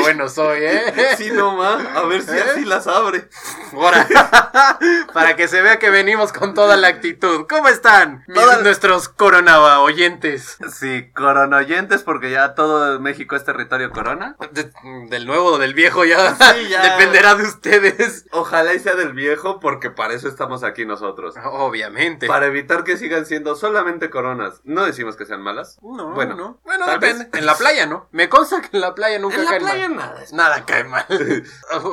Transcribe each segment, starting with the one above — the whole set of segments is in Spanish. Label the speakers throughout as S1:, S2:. S1: bueno soy, ¿eh?
S2: Sí, no más. A ver si
S1: ¿Eh?
S2: así las abre.
S1: Ahora, para que se vea que venimos con toda la actitud. ¿Cómo están mis-
S2: Todas-
S1: nuestros coronaba oyentes?
S2: Sí, corona oyentes, porque ya todo México es territorio corona.
S1: De- del nuevo o del viejo ya,
S2: Sí, ya.
S1: dependerá de ustedes.
S2: Ojalá y sea del viejo, porque para eso estamos aquí nosotros.
S1: Obviamente.
S2: Para evitar que sigan siendo solamente coronas. No decimos que sean malas.
S1: No,
S2: Bueno,
S1: no. Bueno,
S2: tal
S1: depende.
S2: vez.
S1: En la playa, ¿no? Me consta que en la playa nunca
S2: En la
S1: cae
S2: playa
S1: mal.
S2: nada es-
S1: Nada cae mal.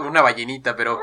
S1: Una ballenita, pero.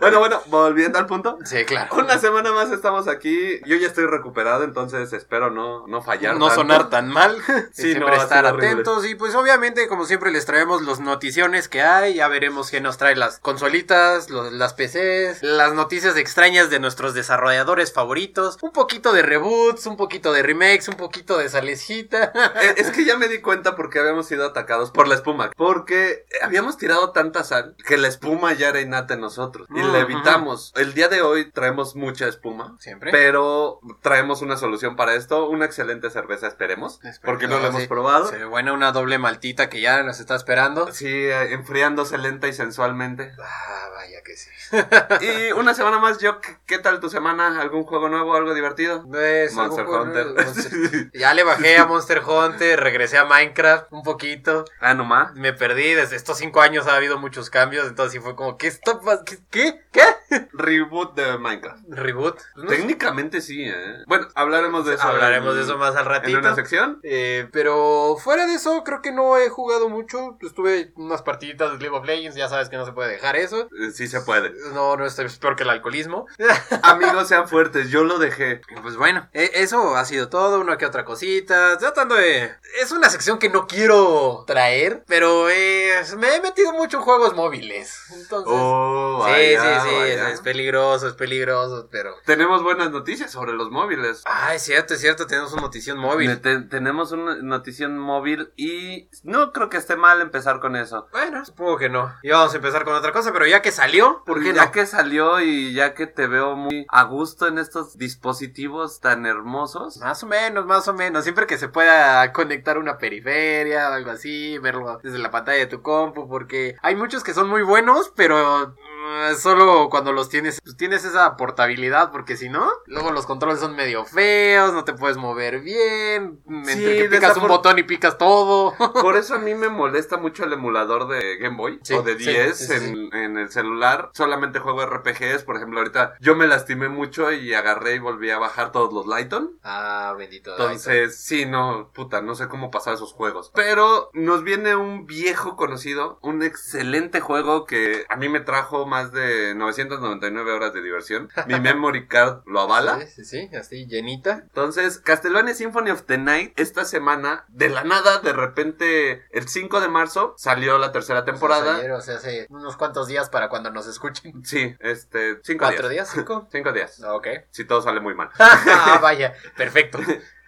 S2: Bueno, bueno, volviendo al punto.
S1: Sí, claro.
S2: Una semana más estamos aquí. Yo ya estoy recuperado, entonces espero no, no fallar.
S1: no
S2: tanto.
S1: sonar tan mal,
S2: Sí,
S1: siempre
S2: no, ha
S1: estar
S2: sido horrible.
S1: atentos y pues obviamente como siempre les traemos los noticiones que hay, ya veremos qué nos trae las consolitas, los- las PCs, las noticias extrañas de nuestros desarrolladores favoritos, un poquito de reboots, un poquito de remakes, un poquito de salecita.
S2: Eh, Es que ya me di cuenta porque habíamos sido atacados por la espuma. Porque habíamos tirado tanta sal que la espuma ya era innata en nosotros. Y
S1: Ujú.
S2: la evitamos. El día de hoy traemos mucha espuma.
S1: Siempre.
S2: Pero traemos una solución para esto. Una excelente cerveza, esperemos.
S1: Esperemos, Ah,
S2: Porque no la hemos
S1: sí.
S2: probado.
S1: Se ve buena una doble maltita que ya nos está esperando.
S2: Sí, eh, enfriándose lenta y sensualmente.
S1: Ah, vaya que sí.
S2: Y una semana más, yo, ¿qué- ¿qué tal tu semana? ¿Algún juego nuevo, algo divertido?
S1: Es algo
S2: Monster
S1: por-
S2: Hunter.
S1: Monster- Ya le bajé a Monster Hunter, regresé a Minecraft un poquito.
S2: Ah, no más.
S1: me perdí, desde estos cinco años ha habido muchos cambios, entonces sí fue como, ¿qué está pas- ¿Qué? ¿Qué? ¿Qué?
S2: Reboot de Minecraft.
S1: ¿Reboot? No sé.
S2: Técnicamente sí, ¿eh? Bueno, hablaremos de eso.
S1: Hablaremos
S2: en-
S1: de eso más al
S2: ¿En
S1: ratito.
S2: una sección?
S1: Eh, pero fuera de eso, creo que no he jugado mucho. Estuve unas partiditas de League of Legends, ya sabes que no se puede dejar eso.
S2: Eh, Sí se puede.
S1: No, no, esto es peor que el alcoholismo.
S2: Amigos, sean fuertes. Yo lo dejé.
S1: Pues bueno, e- eso ha sido todo, una que otra cosita. Tratando de. Es una sección que no quiero traer, pero eh, me he metido mucho en juegos móviles. Entonces.
S2: Oh,
S1: Sí,
S2: vaya,
S1: sí, sí, es,
S2: vaya.
S1: es peligroso, es peligroso, pero...
S2: Tenemos buenas noticias sobre los móviles.
S1: Ah, es cierto, es cierto, tenemos una notición móvil.
S2: Te- tenemos una notición móvil y no creo que esté mal empezar con eso.
S1: Bueno, supongo que no. Y vamos a empezar con otra cosa, pero ya que salió, ¿por qué
S2: ya
S1: no?
S2: que salió y ya que te veo muy a gusto en estos dispositivos tan hermosos.
S1: Más o menos, más o menos. Siempre que se pueda conectar una periferia o algo así, verlo desde la pantalla de tu compu, porque hay muchos que son muy buenos, pero mm, solo cuando los tienes, pues, tienes esa portabilidad, porque si no, luego los controles son medio feos, no te puedes mover bien, entre
S2: Sí,
S1: que picas un
S2: desafor-
S1: botón y picas todo.
S2: Por eso a mí me molesta mucho el emulador de Game Boy
S1: Sí,
S2: o de
S1: sí,
S2: 10
S1: sí, sí,
S2: en, en el celular. Solamente juego RPGs, por ejemplo, ahorita yo me lastimé mucho y agarré y volví a bajar todos los Lighton.
S1: ah, bendito.
S2: Entonces, sí, no, puta, no sé cómo pasar esos juegos. Pero nos viene un viejo conocido, un excelente juego que a mí me trajo más de 999 horas de diversión. Mi memory card lo avala.
S1: Sí, sí, sí, así, llenita.
S2: Entonces, Castlevania Symphony of the Night, esta semana, de la nada, de repente, el 5 de marzo, salió la tercera
S1: Pues
S2: temporada.
S1: ayer, o sea, hace unos cuantos días para cuando nos escuchen.
S2: Sí, este, 5
S1: ¿Cuatro días?
S2: días.
S1: ¿Cinco?
S2: 5 días.
S1: Ah, ok.
S2: Si todo sale muy mal.
S1: ah, vaya, perfecto.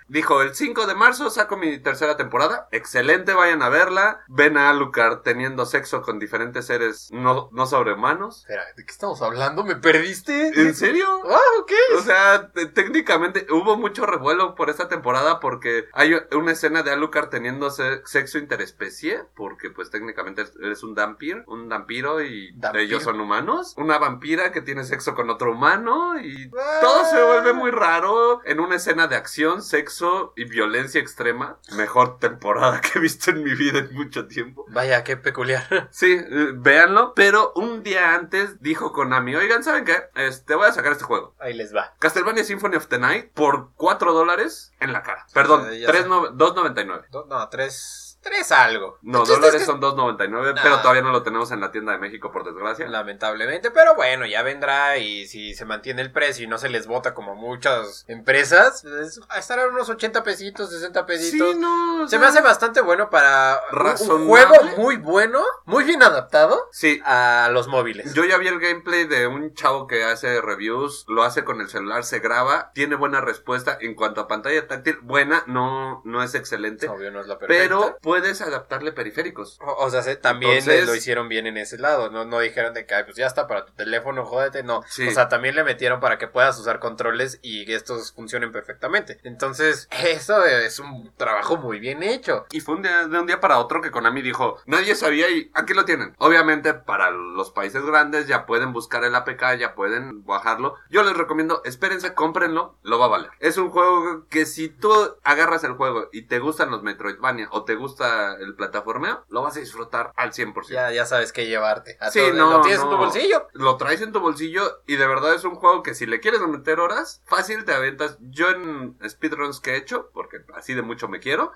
S2: Dijo, el 5 de marzo saco mi tercera temporada. Excelente, vayan a verla. Ven a Alucard teniendo sexo con diferentes seres no, no sobrehumanos.
S1: Espera, ¿de qué estamos hablando? ¿Me perdiste?
S2: ¿En serio?
S1: Ah, ok.
S2: O sea, te- técnicamente hubo mucho revuelo por esta temporada porque hay una escena de Alucard teniendo se- sexo interespecie, porque pues técnicamente eres un vampiro, un vampiro y
S1: Dampir.
S2: ellos son humanos. Una vampira que tiene sexo con otro humano y
S1: Ah.
S2: todo se vuelve muy raro en una escena de acción, sexo y violencia extrema. Mejor temporada que he visto en mi vida en mucho tiempo.
S1: Vaya, qué peculiar.
S2: Sí, eh, véanlo, pero un día antes dijo Konami, oigan, ¿saben qué? Este, voy a sacar este juego.
S1: Ahí les va.
S2: Castlevania Symphony of the Night por 4 dólares en la cara. Perdón,
S1: Eh, ya
S2: tres
S1: sé.
S2: no- 2.99.
S1: Do- no, tres. Tres algo.
S2: No,
S1: El chiste
S2: dólares
S1: es que-
S2: son 2.99,
S1: Nah.
S2: pero todavía no lo tenemos en la tienda de México, por desgracia.
S1: Lamentablemente, pero bueno, ya vendrá y si se mantiene el precio y no se les bota como muchas empresas, es- estarán unos 80 pesitos, 60 pesitos.
S2: no. o
S1: Se
S2: sea,
S1: me hace bastante bueno para un- un
S2: Razonable.
S1: juego muy bueno, muy bien adaptado
S2: Sí.
S1: a los móviles.
S2: Yo ya vi el gameplay de un chavo que hace reviews, lo hace con el celular, se graba, tiene buena respuesta en cuanto a pantalla táctil, buena, no, no es excelente,
S1: Obvio no es la perfecta.
S2: pero puedes adaptarle periféricos.
S1: O, o sea, se- también
S2: Entonces-
S1: eh, lo hicieron bien en ese lado. No, no dijeron de que, "Ay, pues ya está para tu teléfono, jódete. No.
S2: Sí.
S1: O sea, también le metieron para que puedas usar controles y que estos funcionen perfectamente. Entonces, eso es un trabajo muy bien hecho.
S2: Y fue un día, de un día para otro que Konami dijo, nadie sabía y aquí lo tienen. Obviamente para los países grandes ya pueden buscar el APK, ya pueden bajarlo. Yo les recomiendo, espérense, cómprenlo, lo va a valer. Es un juego que si tú agarras el juego y te gustan los Metroidvania o te gusta el plataformeo, lo vas a disfrutar al 100%.
S1: Ya, ya sabes qué llevarte. A
S2: Sí,
S1: todo-
S2: no,
S1: lo tienes en tu
S2: no.
S1: bolsillo.
S2: Lo traes en tu bolsillo y de verdad es un juego que si le quieres meter horas, fácil te aventas. Yo en speedruns que he hecho, porque así de mucho me quiero,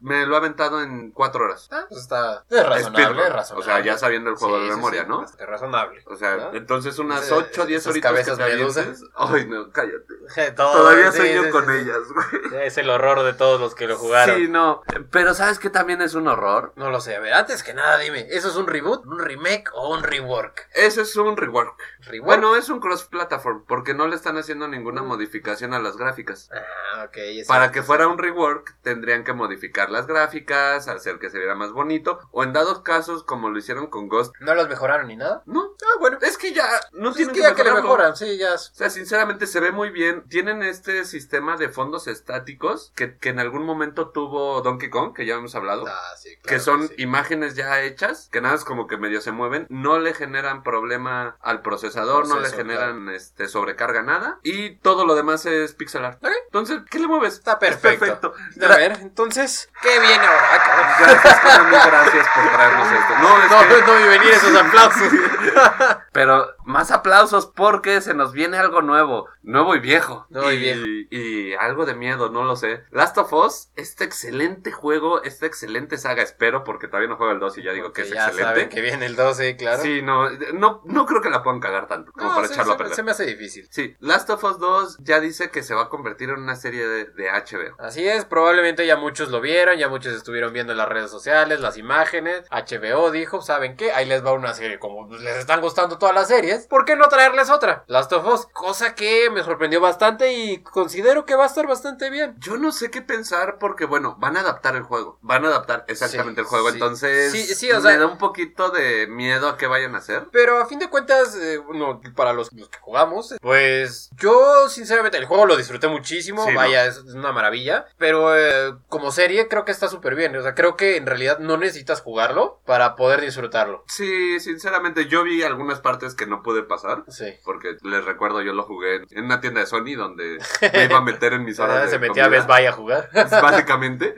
S2: me lo he aventado en cuatro horas.
S1: Ah, pues está es razonable,
S2: Speedrun.
S1: es razonable.
S2: O sea, ya sabiendo el juego
S1: Sí,
S2: de
S1: sí,
S2: memoria,
S1: sí,
S2: ¿no?
S1: bastante razonable.
S2: O sea,
S1: ¿No?
S2: entonces unas
S1: Ese-
S2: 8 o 10
S1: esas
S2: horitas
S1: cabezas
S2: que te
S1: medusas.
S2: avientes. Ay, no, cállate.
S1: Todo-
S2: Todavía
S1: sí,
S2: sueño
S1: sí,
S2: con
S1: sí, sí.
S2: ellas, güey.
S1: Es el horror de todos los que lo jugaron.
S2: Sí, no. Pero ¿sabes qué también es un horror?
S1: No lo sé. A ver, antes que nada, dime, ¿eso es un reboot, un remake o un rework?
S2: Eso es un rework.
S1: ¿Rework?
S2: Bueno, es un cross-platform, porque no le están haciendo ninguna
S1: Mm.
S2: modificación a las gráficas.
S1: Ah, ok. es
S2: Para
S1: cierto,
S2: que
S1: sí.
S2: fuera un rework, tendrían que modificar las gráficas, hacer que se viera más bonito, o en dados casos, como lo hicieron con Ghost.
S1: ¿No los mejoraron ni nada?
S2: No,
S1: Ah, bueno.
S2: es que ya
S1: Pues
S2: no
S1: es
S2: tienen
S1: que ya que le
S2: mejorarlo.
S1: mejoran, sí, ya.
S2: O sea, sinceramente se ve muy bien. Tienen este sistema de fondos estáticos que, que en algún momento tuvo Donkey Kong, que ya hemos hablado.
S1: Ah, sí, claro
S2: Que son
S1: sí.
S2: imágenes ya hechas, que nada es como que medio se mueven, no le generan problema al procesador, no le
S1: Proceso,
S2: generan este sobrecarga nada, y todo lo demás es pixel art.
S1: Ok.
S2: Entonces, ¿qué le mueves?
S1: Está perfecto.
S2: perfecto.
S1: A ver, entonces, ¿qué viene ahora? Ah, cabrón.
S2: Gracias, Konami, pues, gracias por traernos esto. No, es que-
S1: No, no vi venir esos aplausos.
S2: Pero más aplausos porque se nos viene algo nuevo, nuevo y viejo.
S1: Nuevo y viejo.
S2: y algo de miedo, no lo sé. Last of Us, este excelente juego, esta excelente saga, espero, porque todavía no juego el 2 y ya digo
S1: Porque
S2: que es
S1: ya saben
S2: excelente.
S1: que viene el 12, claro.
S2: Sí, no, no, no creo que la puedan cagar tanto como
S1: No,
S2: para
S1: sí,
S2: echarlo a
S1: se, me-
S2: perder.
S1: se me hace difícil.
S2: Sí, Last of Us 2 ya dice que se va a convertir en una serie de, de HBO.
S1: Así es, probablemente ya muchos lo vieron, ya muchos estuvieron viendo en las redes sociales, las imágenes. HBO dijo, ¿saben qué? Ahí les va una serie. Como les están gustando todas las series, ¿por qué no traerles otra? Last of Us, cosa que me sorprendió bastante y considero que va a estar bastante bien.
S2: Yo no sé qué pensar porque, bueno, van a adaptar el juego. Van a adaptar exactamente
S1: Sí,
S2: el juego.
S1: sí.
S2: Entonces,
S1: Sí, sí, o sea-
S2: me da un poquito de miedo a qué vayan a hacer.
S1: Pero a fin de cuentas, eh, bueno, para los, los que jugamos, eh, pues yo sinceramente el juego lo disfruté muchísimo,
S2: Sí, ¿no?
S1: vaya, es una maravilla, pero eh, como serie creo que está súper bien, o sea, creo que en realidad no necesitas jugarlo para poder disfrutarlo.
S2: Sí, sinceramente yo vi algunas partes que no pude pasar.
S1: Sí.
S2: Porque les recuerdo, yo lo jugué en una tienda de Sony donde me iba a meter en mis horas. de
S1: Ah, se metía a
S2: comida,
S1: Best Buy a jugar.
S2: Básicamente.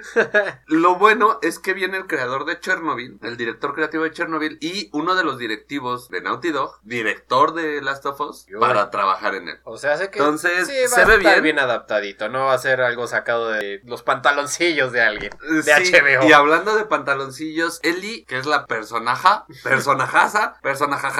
S2: Lo bueno es que viene el creador de Chernobyl, el director creativo de Chernobyl y uno de los directivos de Naughty Dog, director de Last of Us,
S1: Yo.
S2: para trabajar en él.
S1: O sea, sé que
S2: Entonces,
S1: sí, va
S2: se
S1: a
S2: ve
S1: estar
S2: bien.
S1: bien adaptadito, no va a ser algo sacado de los pantaloncillos de alguien.
S2: Sí,
S1: HBO.
S2: Y hablando de pantaloncillos, Ellie, que es la personaja, personajaza,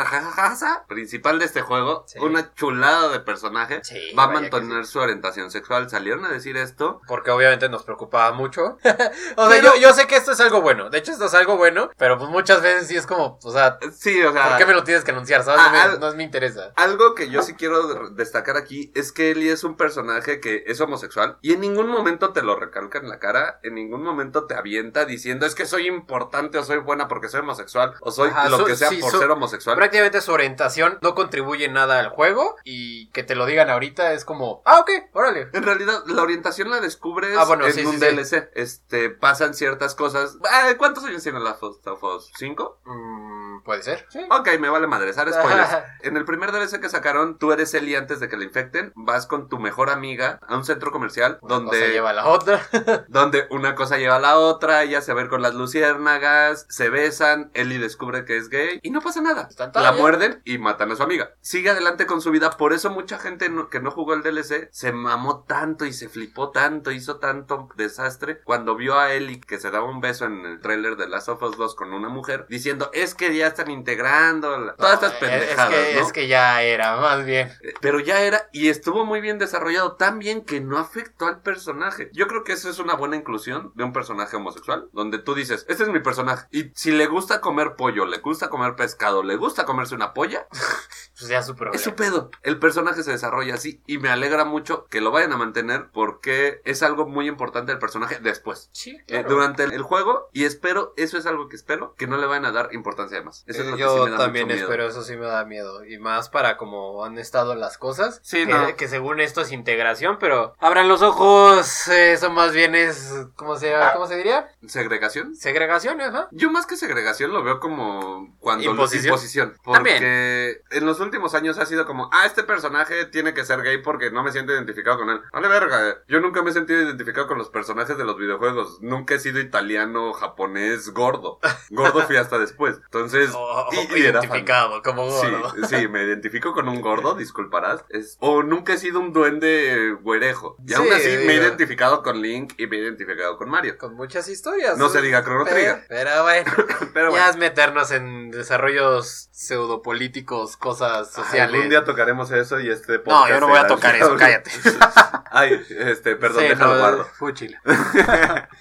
S2: personajajajajaza principal de este juego,
S1: Sí.
S2: una chulada de personaje,
S1: Sí,
S2: va a
S1: vaya que sí.
S2: mantener su orientación sexual. Salieron a decir esto.
S1: Porque obviamente nos preocupaba mucho. o sea,
S2: Pero-
S1: yo, yo sé que esto es algo bueno. De hecho, esto es algo bueno. Pero pues muchas veces sí es como, o sea,
S2: Sí, o sea,
S1: ¿por qué me lo tienes que anunciar? ¿Sabes?
S2: Ah,
S1: no, me,
S2: al-
S1: no me interesa.
S2: algo que yo sí quiero de- destacar aquí es que Ellie es un personaje que es homosexual y en ningún momento te lo recalca en la cara, en ningún momento te avienta diciendo es que soy importante o soy buena porque soy homosexual o soy
S1: Ajá,
S2: lo
S1: su-
S2: que sea
S1: sí,
S2: por
S1: su-
S2: ser homosexual.
S1: Prácticamente su orientación no contribuye nada al juego. Y que te lo digan ahorita es como, ah, ok, órale.
S2: En realidad, la orientación la descubres
S1: Ah, bueno,
S2: en
S1: sí,
S2: un
S1: sí, sí.
S2: DLC. Este, pasan ciertas cosas. Ah, ¿Cuántos años tiene la Last of Us? ¿Cinco?
S1: Mm, Puede ser. Sí.
S2: Ok, me vale madresar Ah, spoilers.
S1: Ajá.
S2: en el primer DLC que sacaron, tú eres Ellie antes de que la infecten. Vas con tu mejor amiga a un centro comercial
S1: Una
S2: donde,
S1: cosa pues, lleva a la otra.
S2: donde una cosa lleva a la otra. Ella se va a ver con las luciérnagas, se besan. Ellie descubre que es gay y no pasa nada.
S1: Están
S2: La
S1: todavía.
S2: muerden y matan a su amiga. Sigue adelante con su vida. Por eso mucha gente no- que no jugó el DLC se mamó tanto y se flipó tanto, hizo tanto desastre cuando vio a Ellie que se daba un beso en el tráiler de Last of Us 2 con una mujer diciendo es que ya están integrando la-". todas estas
S1: No, es-
S2: pendejadas.
S1: Es que,
S2: ¿no?
S1: es que ya era, más bien.
S2: Eh, Pero ya era y estuvo muy bien desarrollado, tan bien que no afectó al personaje. Yo creo que eso es una buena inclusión de un personaje homosexual, donde tú dices, este es mi personaje. Y si le gusta comer pollo, le gusta comer pescado, le gusta comerse una polla,
S1: pues ya es su problema.
S2: Es su pedo. El personaje se desarrolla así y me alegra mucho que lo vayan a mantener porque es algo muy importante del personaje después.
S1: Sí,
S2: eh,
S1: claro.
S2: durante el, el juego y espero, eso es algo que espero, que no le vayan a dar importancia de más. Eso es
S1: Eh,
S2: lo que sí
S1: yo
S2: me da
S1: también
S2: mucho miedo.
S1: espero, eso sí me da miedo. Y más para como han estado las cosas.
S2: Sí,
S1: que,
S2: no.
S1: que según esto es integración, pero abran los ojos. eh, Eso más bien es, ¿cómo se, ¿cómo se diría?
S2: ¿Segregación?
S1: Segregación, ajá.
S2: Yo más que segregación lo veo como cuando
S1: Imposición.
S2: imposición porque
S3: También.
S2: en los últimos años ha sido como, ah, este personaje tiene que ser gay porque no me siento identificado con él. Vale verga, eh. yo nunca me he sentido identificado con los personajes de los videojuegos. Nunca he sido italiano, japonés, gordo. Gordo fui hasta después. Entonces,
S1: O-
S2: y-
S1: o
S2: y era fan.
S1: identificado como
S2: Sí,
S1: Oh, gordo.
S2: sí, me identifico con un gordo, disculparás. Es, o nunca he sido un duende eh, güerejo. Y aún
S1: Sí,
S2: así me he
S1: digo.
S2: identificado con Link y me he identificado con Mario.
S1: Con muchas historias.
S2: No se diga Chrono
S1: pero,
S2: Trigger.
S1: pero bueno,
S2: Pero bueno.
S1: ya es meternos en desarrollos pseudopolíticos, cosas sociales.
S2: Algún día tocaremos eso y este
S1: no, yo no voy a
S2: será-
S1: tocar eso, cállate.
S2: Ay, este, perdón,
S1: Sí,
S2: déjalo
S1: no,
S2: guardo.
S1: fúchil.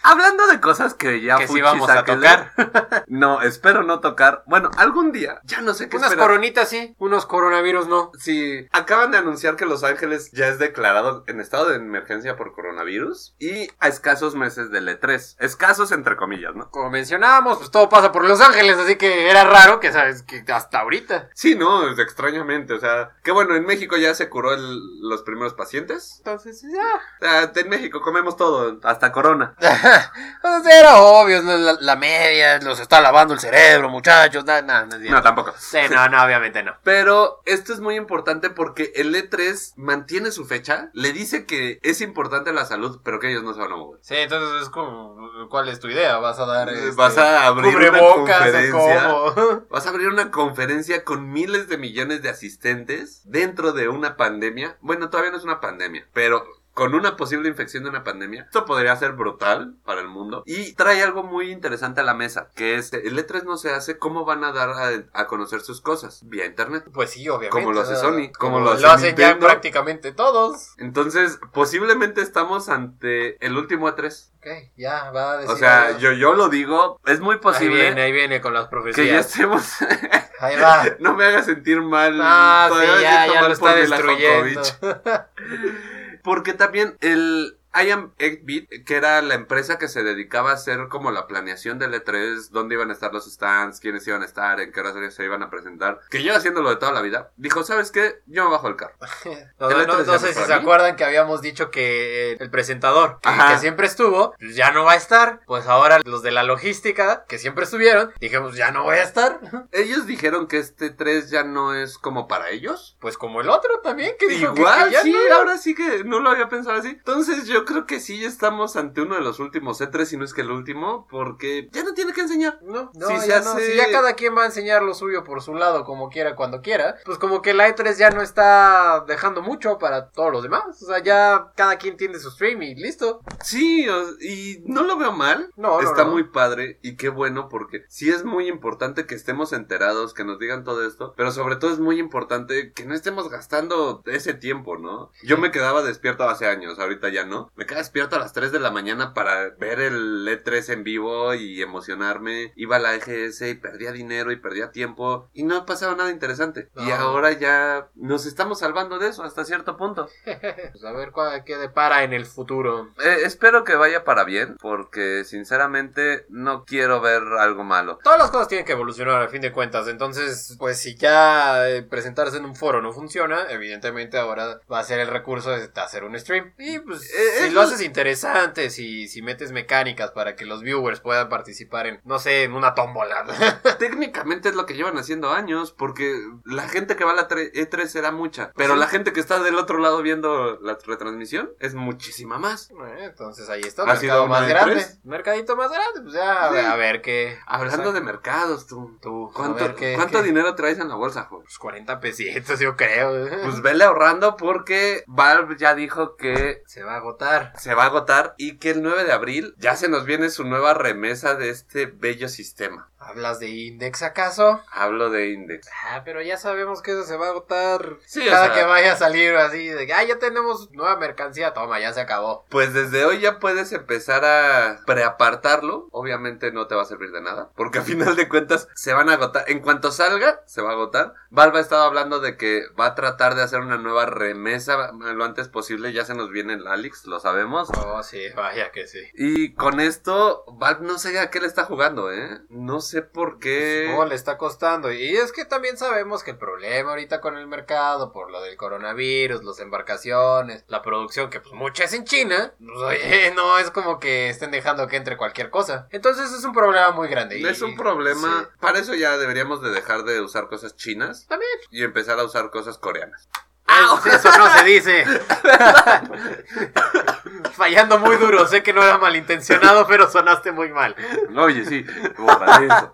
S2: Hablando de cosas que ya
S1: Que sí
S2: fuchi,
S1: vamos a
S2: sáquenle.
S1: tocar.
S2: No, espero no tocar. Bueno, algún día. Ya no sé qué
S1: Unas
S2: esperar.
S1: coronitas sí, unos coronavirus no.
S2: Sí, acaban de anunciar que Los Ángeles ya es declarado en estado de emergencia por coronavirus y a escasos meses del E3. Escasos entre comillas, ¿no?
S1: Como mencionábamos, pues todo pasa por Los Ángeles, así que era raro que sabes que hasta ahorita.
S2: Sí, no, es extrañamente, o sea, que bueno, en México ya se curó el- los primeros pacientes.
S1: Entonces, ya.
S2: O sea, en México comemos todo, hasta corona.
S1: O sea, era obvio, ¿no? la, la media nos está lavando el cerebro, muchachos. Nada, nada, no, es
S2: No,
S1: cierto.
S2: tampoco.
S1: Sí, no, no, obviamente no.
S2: Pero esto es muy importante porque el E3 mantiene su fecha, le dice que es importante la salud, pero que ellos no se van a mover.
S1: Sí, entonces es como, ¿cuál es tu idea? ¿Vas a dar este,
S2: Vas a abrir una
S1: cubrebocas o
S2: conferencia.
S1: cómo?
S2: Vas a abrir una conferencia con miles de millones de asistentes dentro de una pandemia. Bueno, todavía no es una pandemia, pero con una posible infección de una pandemia. Esto podría ser brutal para el mundo. Y trae algo muy interesante a la mesa, que es el E3 no se hace cómo van a dar a, a conocer sus cosas vía internet.
S1: Pues sí, obviamente.
S2: Como lo hace
S1: o sea,
S2: Sony, como lo hace
S1: hacen ya
S2: Nintendo.
S1: prácticamente todos.
S2: Entonces, posiblemente estamos ante el último E3.
S1: Ok, ya va a decir.
S2: O sea,
S1: algo.
S2: yo, yo lo digo, es muy
S1: Ahí viene,
S2: posible
S1: ahí viene con las
S2: que ya
S1: profecías.
S2: estemos...
S1: Ahí va.
S2: no me haga sentir mal.
S1: Ah, sí,
S2: Todavía me
S1: ya,
S2: siento
S1: ya
S2: mal
S1: lo
S2: por
S1: está
S2: Mila
S1: destruyendo.
S2: Jovovich. Porque también el I Am 8-Bit, que era la empresa que se dedicaba a hacer como la planeación del E3, dónde iban a estar los stands, quiénes iban a estar, en qué horas se iban a presentar, que lleva haciéndolo de toda la vida, dijo, ¿sabes qué? Yo me bajo el carro.
S1: No,
S2: El
S1: no,
S2: otro
S1: no-
S2: se
S1: no sé
S2: llama
S1: si
S2: para
S1: se
S2: mí.
S1: acuerdan que habíamos dicho que eh, el presentador, que,
S2: Ajá.
S1: que siempre estuvo, pues ya no va a estar. Pues ahora los de la logística, que siempre estuvieron, dijimos, ya no voy a estar.
S2: Ellos dijeron que este 3 ya no es como para ellos.
S1: Pues como el otro también, que dijo que-
S2: Igual,
S1: que ya
S2: sí,
S1: no.
S2: ahora sí que no lo había pensado así. Entonces yo creo que sí estamos ante uno de los últimos E3, si no es que el último, porque ya no tiene que enseñar.
S1: No, no,
S2: Sí, se
S1: ya no.
S2: hace-
S1: Si ya cada quien va a enseñar lo suyo por su lado, como quiera, cuando quiera, pues como que la E3 ya no está dejando mucho para todos los demás. O sea, ya cada quien tiene su stream y listo.
S2: Sí, o- y no lo veo mal.
S1: No, no,
S2: Está
S1: no.
S2: muy padre y qué bueno porque sí es muy importante que estemos enterados, que nos digan todo esto, pero sobre todo es muy importante que no estemos gastando ese tiempo, ¿no? Yo me quedaba despierto hace años, ahorita ya no. Me quedaba despierto a las 3 de la mañana para ver el E3 en vivo y emocionarme. Iba a la EGS y perdía dinero y perdía tiempo y no pasaba nada interesante. Y
S1: No.
S2: ahora ya nos estamos salvando de eso hasta cierto punto.
S1: Pues a ver cuál- qué depara en el futuro.
S2: Eh, espero que vaya para bien, porque sinceramente no quiero ver algo malo.
S1: Todas las cosas tienen que evolucionar a fin de cuentas, entonces pues si ya eh, presentarse en un foro no funciona, evidentemente ahora va a ser el recurso de hacer un stream. Y pues
S2: Eh,
S1: si
S2: es
S1: lo
S2: lo-
S1: haces interesante, si, si metes mecánicas para que los viewers puedan participar en, no sé, en una tómbola.
S2: Técnicamente es lo que llevan haciendo años, porque la gente que va a la tre- E3 será mucha, pero
S1: Sí.
S2: la gente que está del otro lado viendo la retransmisión es muchísima más.
S1: Eh, entonces ahí está,
S2: ¿Ha
S1: un mercado
S2: sido una
S1: más
S2: de
S1: grande.
S2: tres?
S1: Mercadito más grande, pues ya
S2: Sí.
S1: a ver qué.
S2: Hablando
S1: Exacto.
S2: de mercados, tú.
S1: Tú,
S2: ¿Cuánto,
S1: a ver qué-
S2: cuánto
S1: qué-
S2: dinero traes en la bolsa, Pues joven?
S1: Pues 40 pesitos, yo creo.
S2: Pues vele ahorrando porque Valve ya dijo que
S1: se va a agotar. agotar.
S2: se va a agotar y que el 9 de abril ya se nos viene su nueva remesa de este bello sistema.
S1: ¿Hablas de Index acaso?
S2: Hablo de Index.
S1: Ah, pero ya sabemos que eso se va a agotar
S2: Sí, o
S1: cada
S2: sea,
S1: que vaya a salir así de que, ah, ya tenemos nueva mercancía, toma, ya se acabó.
S2: Pues desde hoy ya puedes empezar a preapartarlo. Obviamente no te va a servir de nada. Porque a final de cuentas se van a agotar. En cuanto salga, se va a agotar. Valve ha estado hablando de que va a tratar de hacer una nueva remesa lo antes posible. Ya se nos viene el Alex, lo sabemos.
S1: Oh, sí, vaya que sí.
S2: Y con esto, Valve no sé a qué le está jugando, ¿eh? No sé por qué.
S1: Oh, le está costando. Y es que también sabemos que el problema ahorita con el mercado, por lo del coronavirus, las embarcaciones, la producción, que pues mucha es en China, pues oye, no es como que estén dejando que entre cualquier cosa. Entonces es un problema muy grande. y-
S2: Es un problema.
S1: sí.
S2: Para eso ya deberíamos de dejar de usar cosas chinas
S1: También.
S2: y empezar a usar cosas coreanas.
S3: Es- Eso no se dice.
S1: Fallando muy duro, sé que no era malintencionado, pero sonaste muy mal.
S2: Oye, sí. borra eso.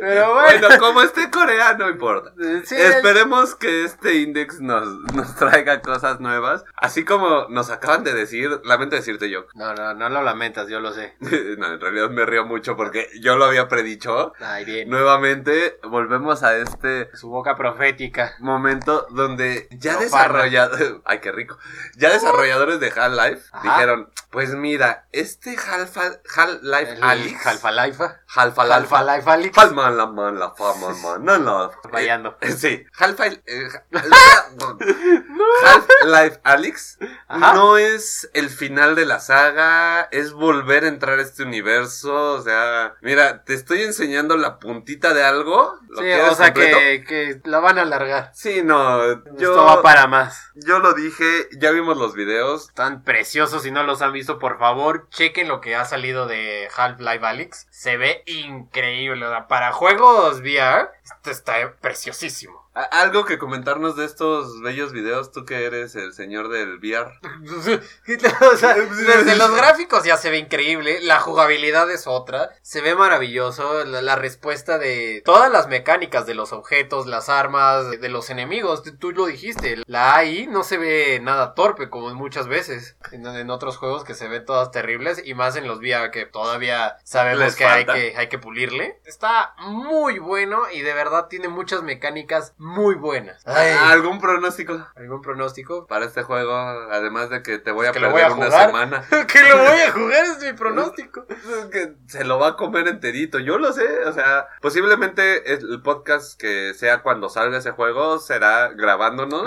S1: Pero bueno.
S2: Bueno, como esté corea, no importa.
S1: sí,
S2: Esperemos que este index nos, nos traiga cosas nuevas. Así como nos acaban de decir, lamento decirte yo.
S1: No, no, no lo lamentas, yo lo sé.
S2: No, en realidad me río mucho porque yo lo había predicho.
S1: Ay, bien.
S2: Nuevamente, volvemos a este
S1: Su boca profética.
S2: momento donde ya
S1: No,
S2: desarrolladores, ay qué rico, ya desarrolladores de Half-Life
S1: Ajá.
S2: dijeron, pues mira, este Half-Life Half-Life Alyx,
S1: Halfa-Lifa.
S2: Half-Life Half-Life
S1: Halfa-Life Alix.
S2: Palma la man, la fama, man, no, no.
S1: Fallando.
S2: Eh, Sí, Half-Life eh, Half-Life Alyx
S1: Ajá.
S2: no es el final de la saga, es volver a entrar a este universo, o sea, mira, te estoy enseñando la puntita de algo, ¿lo
S1: Sí,
S2: quieres
S1: o sea
S2: completo?
S1: que, que la van a alargar.
S2: Sí, no, yo...
S1: Esto va para más.
S2: Yo lo dije, ya vimos los videos.
S1: Tan preciosos, si no los han visto, por favor, chequen lo que ha salido de Half-Life Alyx. Se ve increíble. o sea, para juegos VR, esto está preciosísimo.
S2: A- Algo que comentarnos de estos bellos videos, tú que eres el señor del VR.
S1: O sea, desde los gráficos ya se ve increíble. La jugabilidad es otra. Se ve maravilloso. La, la respuesta de todas las mecánicas de los objetos, las armas, de los enemigos. Tú- Tú lo dijiste. La AI no se ve nada torpe como muchas veces. En, en otros juegos que se ven todas terribles. Y más en los VR que todavía sabemos
S2: Les
S1: que hay,
S2: falta.
S1: que hay que pulirle. Está muy bueno y de verdad tiene muchas mecánicas muy buenas. Ay,
S2: ¿Algún pronóstico
S1: ¿Algún pronóstico?
S2: para este juego? Además de que te voy a
S1: que lo voy
S2: perder
S1: a
S2: una
S1: jugar.
S2: semana.
S1: que lo voy a jugar es mi pronóstico.
S2: Es que se lo va a comer enterito, yo lo sé. O sea, posiblemente el podcast que sea cuando salga ese juego será grabándonos.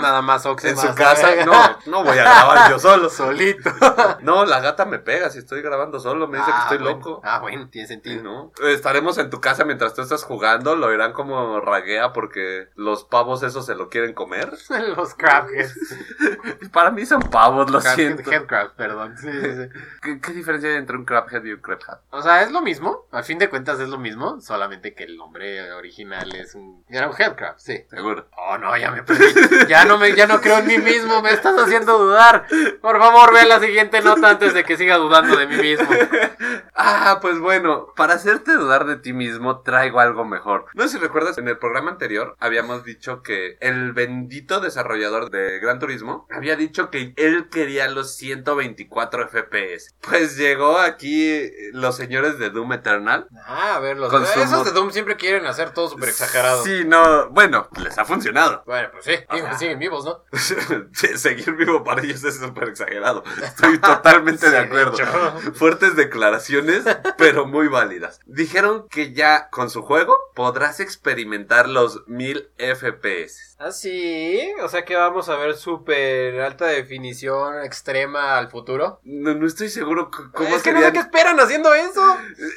S1: Nada más Ox
S2: en su casa, no, no voy a grabar yo solo.
S1: solito.
S2: No, la gata me pega si estoy grabando solo, me dice que estoy loco.
S1: Ah, bueno, tiene
S2: Sí,
S1: sentido.
S2: ¿no? Estaremos en tu casa mientras tú estás jugando, lo verán como raguea porque los pavos esos se lo quieren comer.
S1: Los crabheads.
S2: Para mí son pavos, lo siento.
S1: Headcrab, perdón. Sí, sí, sí.
S2: ¿Qué, qué diferencia hay entre un crabhead y un crabhead?
S1: O sea, es lo mismo. Al fin de cuentas es lo mismo. Solamente que el nombre original es un. Era un headcrab, sí.
S2: Seguro.
S1: Oh, no, ya me perdí. Ya no, me, ya no creo en mí mismo. Me estás haciendo dudar. Por favor, ve la siguiente nota antes de que siga dudando de mí mismo.
S2: Ah, pues bueno, para hacerte dudar de ti mismo, traigo algo mejor. No sé si recuerdas, en el programa anterior habíamos dicho que el bendito desarrollador de Gran Turismo había dicho que él quería los 124 FPS. Pues llegó aquí eh, los señores de Doom Eternal
S1: Ah, a ver, los.
S2: Con su
S1: Esos
S2: mod-
S1: de Doom siempre quieren hacer todo súper exagerado.
S2: Sí, no, bueno, les ha funcionado.
S1: Bueno, pues sí. Digo,
S2: Ajá.
S1: siguen vivos, ¿no?
S2: Sí, Seguir vivo para ellos es súper exagerado. Estoy totalmente
S1: Sí,
S2: de acuerdo.
S1: hecho.
S2: Fuertes declaraciones, pero muy válidas. Dijeron que ya con su juego podrás experimentar los 1000 FPS.
S1: Ah, sí. O sea que vamos a ver súper alta definición extrema al futuro.
S2: No, no estoy seguro c- cómo
S1: es que no sé
S2: serían-
S1: qué esperan haciendo eso.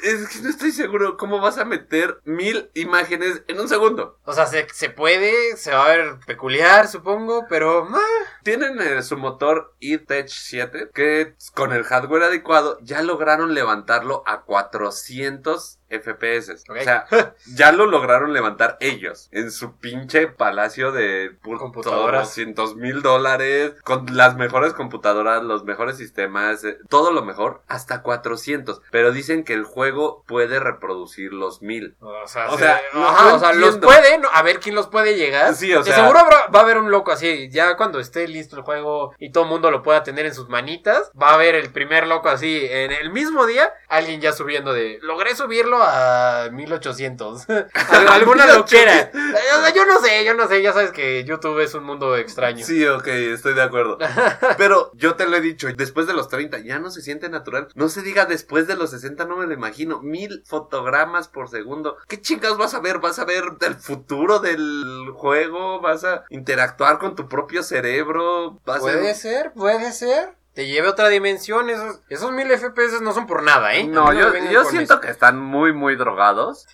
S2: Es que no estoy seguro cómo vas a meter 1000 imágenes en un segundo.
S1: O sea, se, se puede, se va a ver peculiar, supongo, pero. ah,
S2: Tienen eh, su motor E-Tech 7 que con el hardware adecuado ya lograron levantarlo a 400 FPS.
S1: Ok.
S2: O sea, ya lo lograron levantar ellos en su pinche palacio de
S1: Computadoras.
S2: 200 mil dólares, con las mejores computadoras, los mejores sistemas, eh, todo lo mejor, hasta 400. Pero dicen que el juego puede reproducir los 1000.
S1: O sea,
S2: O
S1: o
S2: sea,
S1: sea,
S2: no-
S1: ajá,
S2: no
S1: o sea, los
S2: entiendo.
S1: pueden, a ver quién los puede llegar.
S2: Sí, o
S1: De
S2: sea-
S1: seguro habrá- va a haber un loco así, ya cuando esté listo el juego y todo el mundo lo pueda tener en sus manitas, va a haber el primer loco así, en el mismo día, alguien ya subiendo de, logré subirlo a 1800. Al- Alguna loquera. O sea, yo no sé, yo no sé, ya sabes que YouTube es un mundo extraño.
S2: Sí, ok, estoy de acuerdo. Pero yo te lo he dicho, después de los 30 ya no se siente natural. No se diga después de los 60, no me lo imagino. Mil fotogramas por segundo. ¿Qué chingados vas a ver? ¿Vas a ver del futuro del juego? ¿Vas a interactuar con tu propio cerebro? ¿Vas
S1: Puede
S2: a...
S1: ser, puede ser. Te lleve a otra dimensión, esos, esos 1000 FPS no son por nada, ¿eh?
S2: No,
S1: A mí
S2: yo,
S1: me vengan
S2: yo
S1: con
S2: siento
S1: eso.
S2: que están muy, muy drogados.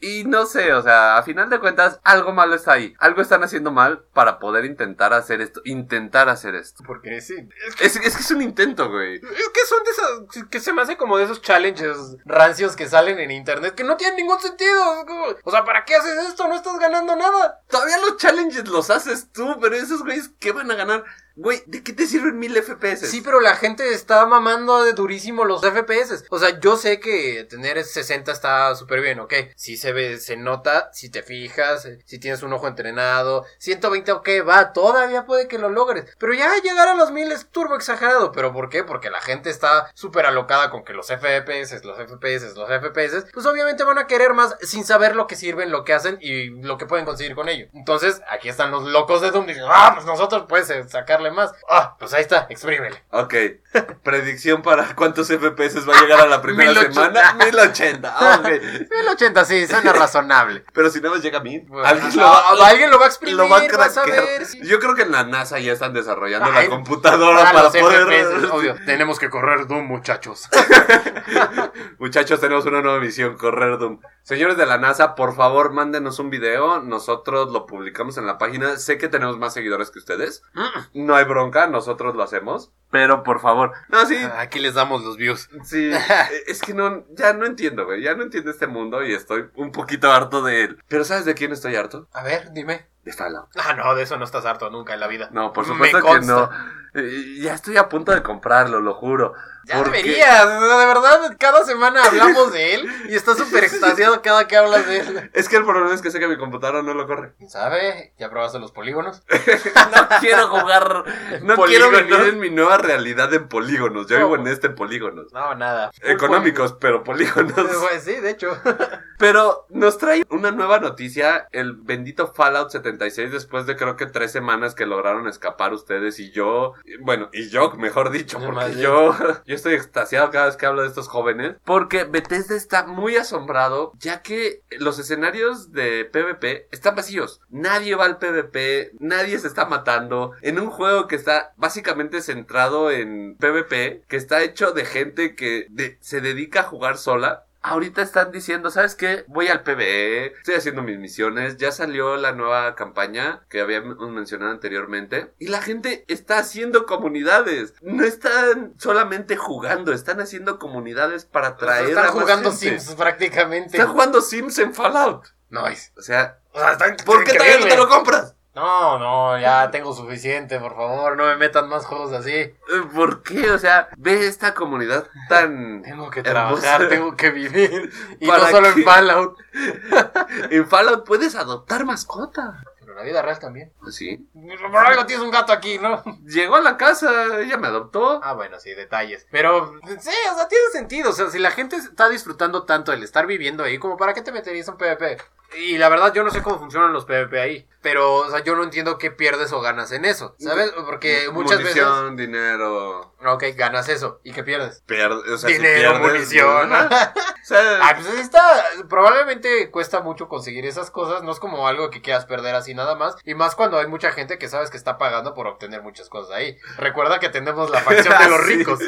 S2: Y no sé, o sea, a final de cuentas, algo malo está ahí. Algo están haciendo mal para poder intentar hacer esto. Intentar hacer esto.
S1: Porque sí,
S2: Es, es que es un intento, güey.
S1: Es que son de esas. que se me hace como de esos challenges rancios que salen en internet que no tienen ningún sentido. Es como, O sea, ¿para qué haces esto? No estás ganando nada.
S2: Todavía los challenges los haces tú, pero esos güeyes, ¿qué van a ganar? Güey, ¿de qué te sirven mil FPS?
S1: Sí, pero la gente está mamando de durísimo los FPS. O sea, yo sé que tener 60 está súper bien, ok. Sí se ve, se nota, si te fijas, eh, si tienes un ojo entrenado. 120, ok, va, todavía puede que lo logres. Pero ya llegar a los 1000 es turbo exagerado. ¿Pero por qué? Porque la gente está súper alocada con que los FPS, los FPS, los FPS, pues obviamente van a querer más sin saber lo que sirven, lo que hacen y lo que pueden conseguir con ello. Entonces, aquí están los locos de Doom diciendo, ah, pues nosotros puedes eh, sacarle más. Ah, pues ahí está, exprímele.
S2: Ok, predicción para cuántos FPS va a llegar a la primera
S1: 1080.
S2: semana. 1080. Ah, ok.
S1: 1080, sí, suena razonable.
S2: Pero si nada más llega a mí,
S1: Bueno,
S2: alguien lo
S1: ah,
S2: va,
S1: ah, alguien lo va a exprimir,
S2: lo va a
S1: vas a
S2: craquear.
S1: ver. si-
S2: Yo creo que en la NASA ya están desarrollando
S1: Ay,
S2: la computadora
S1: Ah,
S2: para
S1: los
S2: poder...
S1: FPS, obvio. Tenemos que correr Doom, muchachos.
S2: Muchachos, tenemos una nueva misión, correr Doom. Señores de la NASA, por favor, mándenos un video. Nosotros lo publicamos en la página. Sé que tenemos más seguidores que ustedes.
S1: Ah,
S2: No hay bronca, nosotros lo hacemos. Pero por favor. No, sí,
S1: Aquí les damos los views.
S2: sí. Eh, es que no, ya no entiendo, güey. Ya no entiendo este mundo y estoy un poquito harto de él. Pero ¿sabes de quién estoy harto?
S1: A ver, dime.
S2: De Fallout.
S1: Ah, no, de eso no estás harto nunca en la vida.
S2: No, por
S1: Me
S2: supuesto que
S1: consta.
S2: no. Eh, Ya estoy a punto de comprarlo, lo juro.
S1: Ya
S2: Porque-
S1: deberías, de verdad, cada semana hablamos de él y está súper extasiado cada que hablas de él.
S2: Es que el problema es que sé que mi computadora no lo corre.
S1: ¿Quién sabe? ¿Ya probaste los polígonos?
S2: No quiero jugar. No quiero
S1: Polígonos.
S2: vivir en mi nueva realidad en polígonos. Yo
S1: No.
S2: vivo en este en polígonos.
S1: No, nada.
S2: Económicos, pero polígonos.
S1: Pues sí, de hecho.
S2: Pero nos trae una nueva noticia, el bendito Fallout 76, después de creo que tres semanas que lograron escapar ustedes y yo, bueno, y yo, mejor dicho,
S1: No
S2: porque
S1: más bien.
S2: yo, yo estoy extasiado cada vez que hablo de estos jóvenes, porque Bethesda está muy asombrado, ya que los escenarios de PvP están vacíos, nadie va al PvP, nadie se está matando, en un juego que está básicamente centrado en PvP, que está hecho de gente que de- se dedica a jugar sola, Ahorita están diciendo, ¿sabes qué? Voy al PBE, estoy haciendo mis misiones, ya salió la nueva campaña que habíamos mencionado anteriormente y la gente está haciendo comunidades, no están solamente jugando, están haciendo comunidades para traer
S1: Están
S2: a más
S1: jugando
S2: gente.
S1: Sims prácticamente.
S2: Están jugando Sims en Fallout.
S1: No, es-
S2: O sea,
S1: o sea, están-
S2: ¿por qué todavía no
S1: increíble.
S2: te lo compras?
S1: No, no, ya tengo suficiente, por favor, no me metan más juegos así.
S2: Eh, ¿Por qué? O sea, ve esta comunidad tan
S1: Tengo que
S2: Hermoso.
S1: trabajar, tengo que vivir. Y no
S2: ¿Para
S1: solo
S2: qué?
S1: en Fallout.
S2: en Fallout puedes adoptar mascota.
S1: Pero en la vida real también.
S2: Pues sí.
S1: Por algo tienes un gato aquí, ¿no?
S2: Llegó a la casa, ella me adoptó.
S1: Ah, bueno, sí, detalles. Pero, sí, o sea, tiene sentido. O sea, si la gente está disfrutando tanto del estar viviendo ahí, como para qué te meterías en PvP. Y la verdad, yo no sé cómo funcionan los PvP ahí. Pero, o sea, yo no entiendo qué pierdes o ganas en eso, ¿sabes? Porque muchas veces.
S2: Munición, dinero.
S1: Ok, ganas eso. ¿Y qué pierdes?
S2: Pierde, o sea,
S1: Dinero,
S2: si pierdes,
S1: munición.
S2: ¿no? O sea,
S1: Ah, pues ahí está. Probablemente cuesta mucho conseguir esas cosas. No es como algo que quieras perder así nada más. Y más cuando hay mucha gente que sabes que está pagando por obtener muchas cosas ahí. Recuerda que tenemos la facción de los
S2: sí.
S1: ricos.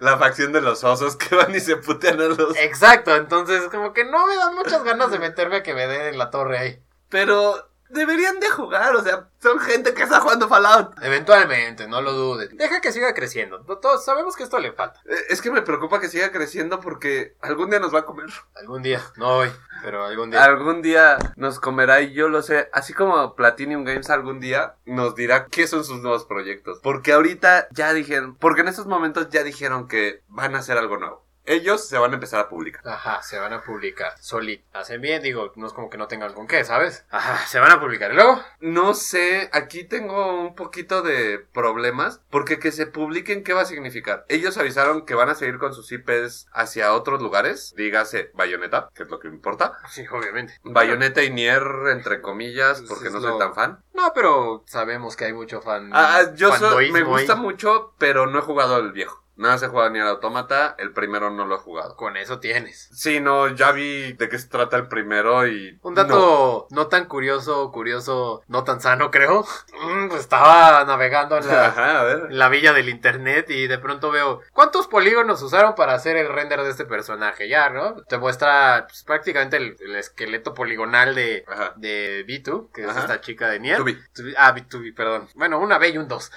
S2: La facción de los osos que van y se putean a los.
S1: Eh. Exacto, entonces como que no me dan muchas ganas de meterme a que me den en la torre ahí.
S2: Pero deberían de jugar, o sea, son gente que está jugando Fallout.
S1: Eventualmente, no lo dudes. Deja que siga creciendo. No Todos sabemos que esto le falta.
S2: Eh, Es que me preocupa que siga creciendo porque algún día nos va a comer.
S1: Algún día. No hoy, pero algún día.
S2: Algún día nos comerá y yo lo sé. Así como Platinum Games algún día nos dirá qué son sus nuevos proyectos. Porque ahorita ya dijeron, porque en estos momentos ya dijeron que van a hacer algo nuevo. Ellos se van a empezar a publicar.
S1: Ajá, se van a publicar. Solid. Hacen bien, digo, no es como que no tengan con qué, ¿sabes? Ajá, se van a publicar. ¿Y luego?
S2: No sé, aquí tengo un poquito de problemas, porque que se publiquen, ¿qué va a significar? Ellos avisaron que van a seguir con sus IPs hacia otros lugares, dígase Bayonetta, que es lo que me importa.
S1: Sí, obviamente.
S2: Bayonetta y Nier, entre comillas,
S3: Pues
S2: porque
S3: es
S2: no
S3: lo-
S2: soy tan fan.
S1: No, pero sabemos que hay mucho fan.
S2: Ah, yo so- me
S1: fanboyismo ahí.
S2: gusta mucho, pero no he jugado el viejo. Nada más he jugado Nier Automata, el primero no lo he jugado.
S1: Con eso tienes.
S2: Sí, no, ya vi de qué se trata el primero y...
S1: Un dato no. tan curioso, curioso, no tan sano, creo. Mm, pues estaba navegando en
S2: no.
S1: la,
S2: Ajá, a ver.
S1: en la villa del internet y de pronto veo cuántos polígonos usaron para hacer el render de este personaje. Ya, ¿no? Te muestra pues, prácticamente el, el esqueleto poligonal de,
S2: Ajá.
S1: de Bitu, que es
S2: Ajá.
S1: esta chica de Nier.
S2: Tubi.
S1: Tubi- Ah, Bitubi, perdón. Bueno, una B y un 2.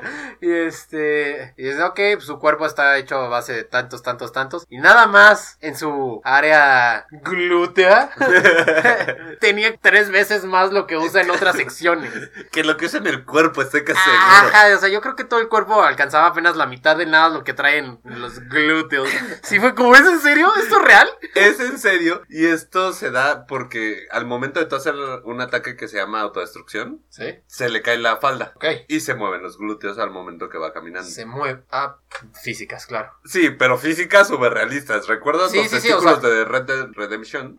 S1: y este. Y dice, ok, pues, su cuerpo está hecho a base de tantos, tantos, tantos. Y nada más en su área glútea. tenía tres veces más lo que usa en otras secciones.
S2: Que lo que usa en el cuerpo, estoy casi seguro.
S1: Ajá, o sea, yo creo que todo el cuerpo alcanzaba apenas la mitad de nada lo que traen los glúteos. Sí, fue como, ¿es en serio? ¿Esto es real?
S2: Es en serio. Y esto se da porque al momento de tú hacer un ataque que se llama autodestrucción,
S1: Sí.
S2: se le cae la falda.
S1: Ok.
S2: Y se mueven los glúteos al momento que va caminando. Sí,
S1: Se mueve. Ah, físicas, claro.
S2: pero físicas superrealistas. ¿Recuerdas
S1: Sí,
S2: los
S1: sí, sí,
S2: testículos
S1: o sea-
S2: de Red Dead Redemption?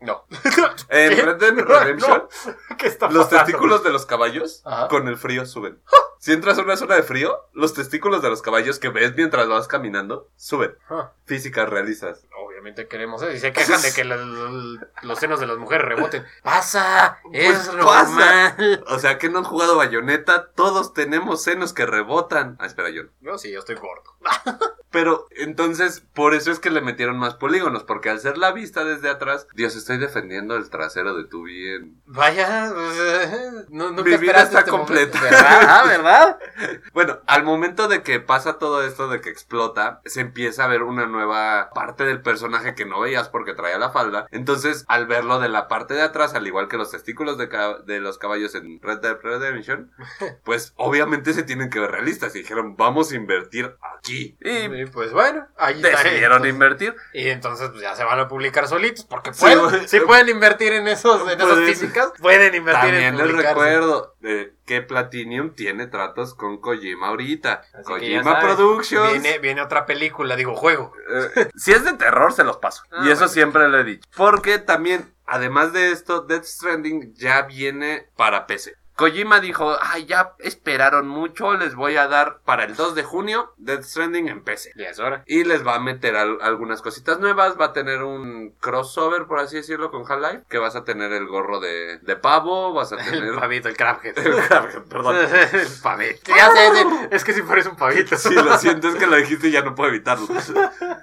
S2: Eh,
S1: No.
S2: En Red Dead Redemption,
S1: ¿Qué está
S2: los testículos de los caballos
S1: Ajá.
S2: con el frío suben. Si entras a una zona de frío, los testículos de los caballos que ves mientras vas caminando suben.
S1: Ah.
S2: Físicas realistas.
S1: Obviamente queremos eso. Y se quejan de que la- la- los senos de las mujeres reboten. ¡Pasa! ¡Es
S2: Pues pasa.
S1: normal!
S2: O sea, que no han jugado bayoneta, todos tenemos senos que rebotan. Ah, espera, yo no.
S1: Yo sí, yo estoy gordo.
S2: Pero entonces, por eso es que le metieron más polígonos, porque al ser la vista desde atrás, Dios, estoy defendiendo el trasero de tu bien.
S1: Vaya, pues, eh, no, nunca
S2: Mi vida
S1: esperaste
S2: está
S1: este momento.
S2: completa.
S1: ¿Verdad? Ah, ¿Verdad?
S2: Bueno, al momento de que pasa todo esto, de que explota, se empieza a ver una nueva parte del personaje que no veías porque traía la falda. Entonces, al verlo de la parte de atrás, al igual que los testículos de, ca- de los caballos en Red Dead Redemption, pues obviamente se tienen que ver realistas. Y dijeron, vamos a invertir aquí. Y
S1: Y pues bueno, ahí
S2: decidieron
S1: entonces.
S2: invertir.
S1: Y entonces pues, ya se van a publicar solitos, porque
S2: Sí,
S1: pueden,
S2: güey.
S1: si pueden invertir en esos, en esas
S2: Pueden.
S1: físicas, pueden invertir
S2: También
S1: en
S2: les
S1: publicarse.
S2: recuerdo eh, que Platinum tiene tratos con Kojima ahorita.
S1: Así que ya
S2: Kojima
S1: sabes,
S2: Productions.
S1: Viene, viene otra película, digo, juego.
S2: Eh, si es de terror, se los paso.
S1: Ah,
S2: y eso
S1: bueno.
S2: siempre lo he dicho. Porque también, además de esto, Death Stranding ya viene para PC. Kojima dijo, ay, ya esperaron mucho, les voy a dar para el 2 de junio Death Stranding en PC.
S1: Ya es hora.
S2: Y les va a meter al- algunas cositas nuevas. Va a tener un crossover, por así decirlo, con Half-Life. Que vas a tener el gorro de, de pavo, vas a
S1: El
S2: tener...
S1: pavito, el crabhead.
S2: Perdón.
S1: el pavito. Ya sé, sí, es que si fueres un pavito.
S2: Si lo siento, es que lo dijiste y ya no puedo evitarlo.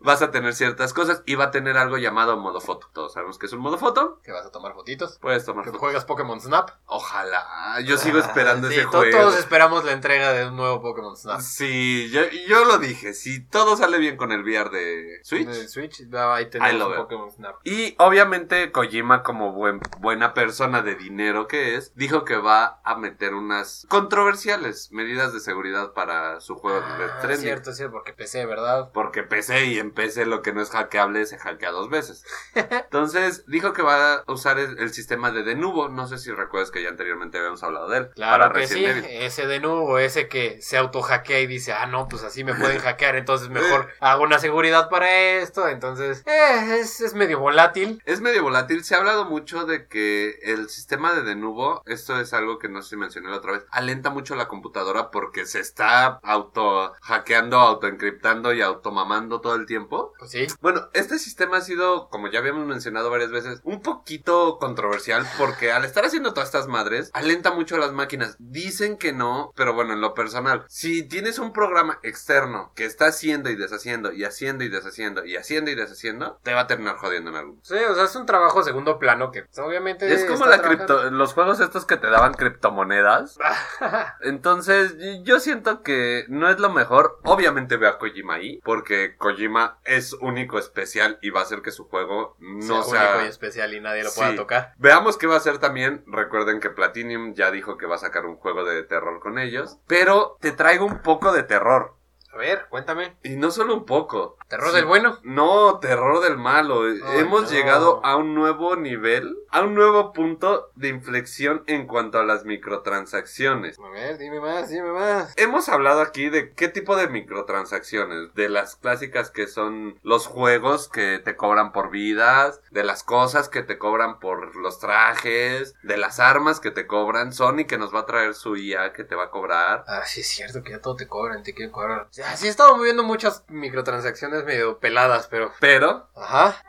S2: Vas a tener ciertas cosas y va a tener algo llamado modo foto. Todos sabemos que es un modo foto.
S1: Que vas a tomar fotitos.
S2: Puedes tomar
S1: Que
S2: fotos.
S1: juegas Pokémon Snap.
S2: Ojalá. Yo sigo esperando
S1: Ah,
S2: ese
S1: sí, to-
S2: juego.
S1: Todos esperamos la entrega de un nuevo Pokémon Snap.
S2: Sí, yo, yo lo dije. Si todo sale bien con el VR de Switch.
S1: De Switch, no, ahí tenemos
S2: I love
S1: un
S2: it.
S1: Pokémon Snap.
S2: Y obviamente Kojima, como buen, buena persona de dinero que es, dijo que va a meter unas controversiales medidas de seguridad para su juego de Death
S1: Ah,
S2: Stranding.
S1: cierto, cierto, porque PC, ¿verdad?
S2: Porque PC y en PC lo que no es hackeable se hackea dos veces. Entonces dijo que va a usar el, el sistema de Denuvo. No sé si recuerdas que ya anteriormente habíamos hablado de él.
S1: Claro que sí,
S2: Resident Evil.
S1: ese de nuevo, ese que se autohackea y dice, ah, no, pues así me pueden hackear, entonces mejor hago una seguridad para esto, entonces eh, es, es medio volátil.
S2: Es medio volátil. Se ha hablado mucho de que el sistema de Denuvo, esto es algo que no sé si mencioné la otra vez, alenta mucho la computadora porque se está auto hackeando, auto encriptando y automamando todo el tiempo.
S1: Pues sí,
S2: Bueno, este sistema ha sido, como ya habíamos mencionado varias veces, un poquito controversial porque al estar haciendo todas estas madres, alenta mucho a las máquinas. Dicen que no, pero bueno, en lo personal, si tienes un programa externo que está haciendo y deshaciendo y haciendo y deshaciendo y haciendo y deshaciendo, te va a terminar jodiendo en algún.
S1: Sí, o sea, es un trabajo a segundo plano que pues, obviamente.
S2: Es como
S1: está
S2: la
S1: trabajando.
S2: cripto, los juegos estos que te daban criptomonedas. Entonces, y- yo siento que no es lo mejor. Obviamente veo a Kojima ahí, porque Kojima es único, especial y va a hacer que su juego no
S1: No
S2: sea.
S1: único y especial y nadie lo pueda
S2: sí.
S1: tocar.
S2: Veamos qué va a hacer también. Recuerden que Platinum ya dijo que va a sacar un juego de terror con ellos, pero te traigo un poco de terror.
S1: A ver, cuéntame.
S2: Y no solo un poco.
S1: Terror
S2: Sí.
S1: del bueno.
S2: No, terror del malo. Hemos
S1: no.
S2: llegado a un nuevo nivel, a un nuevo punto de inflexión en cuanto a las microtransacciones.
S1: A ver, dime más, dime más.
S2: Hemos hablado aquí de qué tipo de microtransacciones, de las clásicas que son los juegos que te cobran por vidas, de las cosas que te cobran por los trajes, de las armas que te cobran, Sony que nos va a traer su IA que te va a cobrar.
S1: Ah, sí es cierto que ya todo te cobran, te quieren cobrar. O sea, sí he estado moviendo muchas microtransacciones medio peladas, pero...
S2: Pero,
S1: Ajá.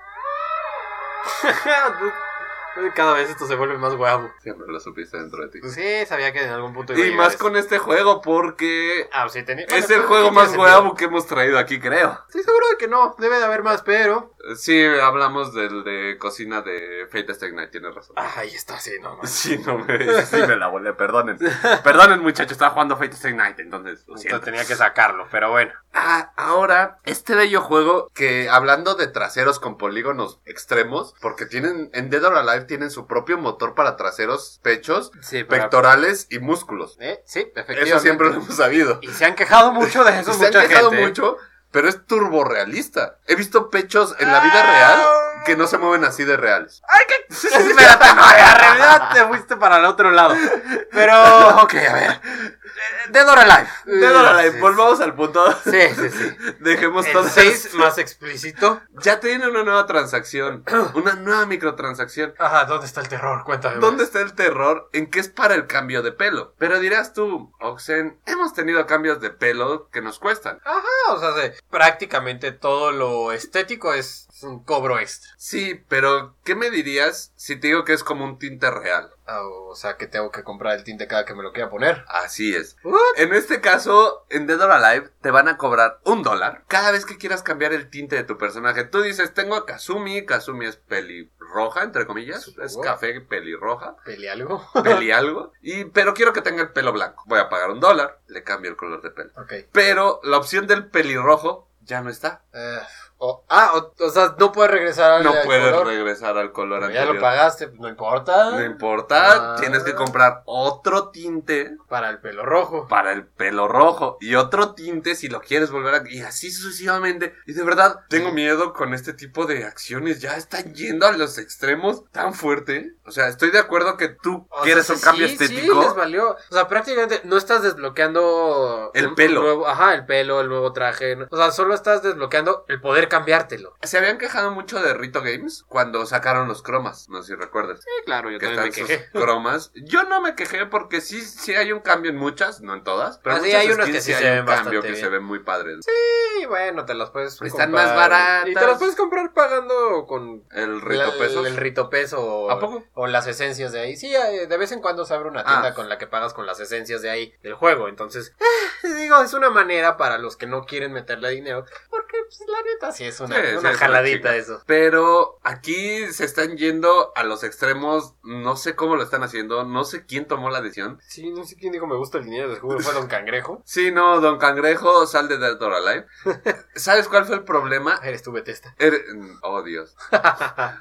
S1: Cada vez esto se vuelve más guapo.
S2: siempre lo supiste dentro de ti.
S1: Sí, sabía que en algún punto iba a
S2: Y
S1: llegar
S2: más
S1: eso.
S2: con este juego porque
S1: Ah, sí, tenía...
S2: es
S1: Bueno,
S2: el
S1: sí,
S2: juego
S1: tiene
S2: más
S1: sentido.
S2: huevo que hemos traído aquí, creo.
S1: Estoy seguro de que no, debe de haber más, pero...
S2: Sí, hablamos del de cocina de Fate Stay Night, tienes razón.
S1: Ah, ahí está, sí, no más.
S2: Sí, no me, sí me la volé, perdonen. Perdonen, muchachos, estaba jugando Fate Stay Night, entonces lo siento.
S1: tenía que sacarlo, pero bueno.
S2: Ah, ahora, este bello juego que, hablando de traseros con polígonos extremos, porque tienen, en Dead or Alive tienen su propio motor para traseros, pechos,
S1: Sí,
S2: pectorales y músculos.
S1: Eh, sí, efectivamente.
S2: Eso siempre lo hemos sabido.
S1: Y se han quejado mucho de eso
S2: Se han
S1: mucha
S2: quejado
S1: gente. ¿eh?
S2: mucho, pero es turborrealista. He visto pechos en la vida real que no se mueven así de reales.
S1: Espérate, no, en realidad te fuiste para el otro lado. Pero, Oh, ok, a ver. Eh, Dead or Alive.
S2: Dead or Alive,
S1: Sí,
S2: volvamos al punto.
S1: Sí, sí, sí.
S2: Dejemos
S1: El
S2: todas-
S1: 6 más explícito.
S2: Ya tienen una nueva transacción, una nueva microtransacción.
S1: Ajá, ¿dónde está el terror? Cuéntame. más.
S2: ¿Dónde está el terror en qué es para el cambio de pelo? Pero dirás tú, Oxen, hemos tenido cambios de pelo que nos cuestan.
S1: Ah, o sea, sí, prácticamente todo lo estético es un cobro extra.
S2: Sí, pero ¿qué me dirías si te digo que es como un tinte real?
S1: Ah, o sea, que tengo que comprar el tinte cada que me lo quiera poner.
S2: Así es.
S1: What?
S2: En este caso, en Dead or Alive, te van a cobrar un dólar cada vez que quieras cambiar el tinte de tu personaje. Tú dices, tengo a Kazumi, Kazumi es pelirroja, entre comillas, es
S1: What?
S2: café pelirroja.
S1: Peleé algo.
S2: peli algo. Y, pero quiero que tenga el pelo blanco. Voy a pagar un dólar, le cambio el color de pelo.
S1: Ok.
S2: Pero la opción del pelirrojo ya no está.
S1: Eh, o- ah, o, o sea, no puedes regresar al
S2: No
S1: al
S2: puedes
S1: Ah, color.
S2: regresar al color
S1: Ya
S2: anterior.
S1: lo pagaste, pues, no importa.
S2: No importa,
S1: Ah.
S2: tienes que comprar otro tinte
S1: Para el pelo rojo.
S2: para el pelo rojo y otro tinte si lo quieres volver a... Y así sucesivamente. Y de verdad, tengo miedo con este tipo de acciones. Ya están yendo a los extremos tan fuerte. O sea, estoy de acuerdo que tú
S1: O sea,
S2: quieres un
S1: sí,
S2: cambio
S1: sí,
S2: estético.
S1: Sí, les valió. O sea, prácticamente no estás desbloqueando
S2: El
S1: un
S2: pelo.
S1: nuevo- ajá, el pelo, el nuevo traje. ¿no? O sea, solo estás desbloqueando el poder cambiártelo.
S2: Se habían quejado mucho de Rito Games cuando sacaron los cromas, no sé si recuerdas.
S3: Sí, claro, yo
S2: Que
S3: también
S2: están
S3: me
S2: sus
S3: quejé.
S2: cromas. Yo no me quejé porque sí, sí hay un cambio en muchas, no en todas. Pero
S1: Ah, sí,
S2: muchas
S1: hay unas
S2: skins
S1: que sí se
S2: hay
S1: ven
S2: un cambio
S1: bastante
S2: que
S1: bien.
S2: se ven muy padres.
S1: Sí, bueno, te las puedes
S2: Están
S1: comprar.
S2: más baratas.
S1: Y te las puedes comprar pagando con
S2: El Rito
S1: la-
S2: Pesos.
S1: el rito peso o,
S2: ¿A poco?
S1: o las esencias de ahí. Sí, eh, de vez en cuando se abre una tienda
S2: Ah.
S1: con la que pagas con las esencias de ahí del juego. Entonces, eh, digo, es una manera para los que no quieren meterle dinero. Porque, pues, la neta, sí es una,
S2: Sí, sí,
S1: una
S2: es una
S1: jaladita
S2: chinga.
S1: eso.
S2: Pero aquí se están yendo a los extremos. No sé cómo lo están haciendo. No sé quién tomó la decisión.
S1: Sí, no sé quién dijo me gusta el dinero, seguro fue Don Cangrejo.
S2: Sí, no, Don Cangrejo, sal de Dead or Alive. ¿Sabes cuál fue el problema?
S1: Ah, Eres tu Bethesda.
S2: Er- Oh, Dios.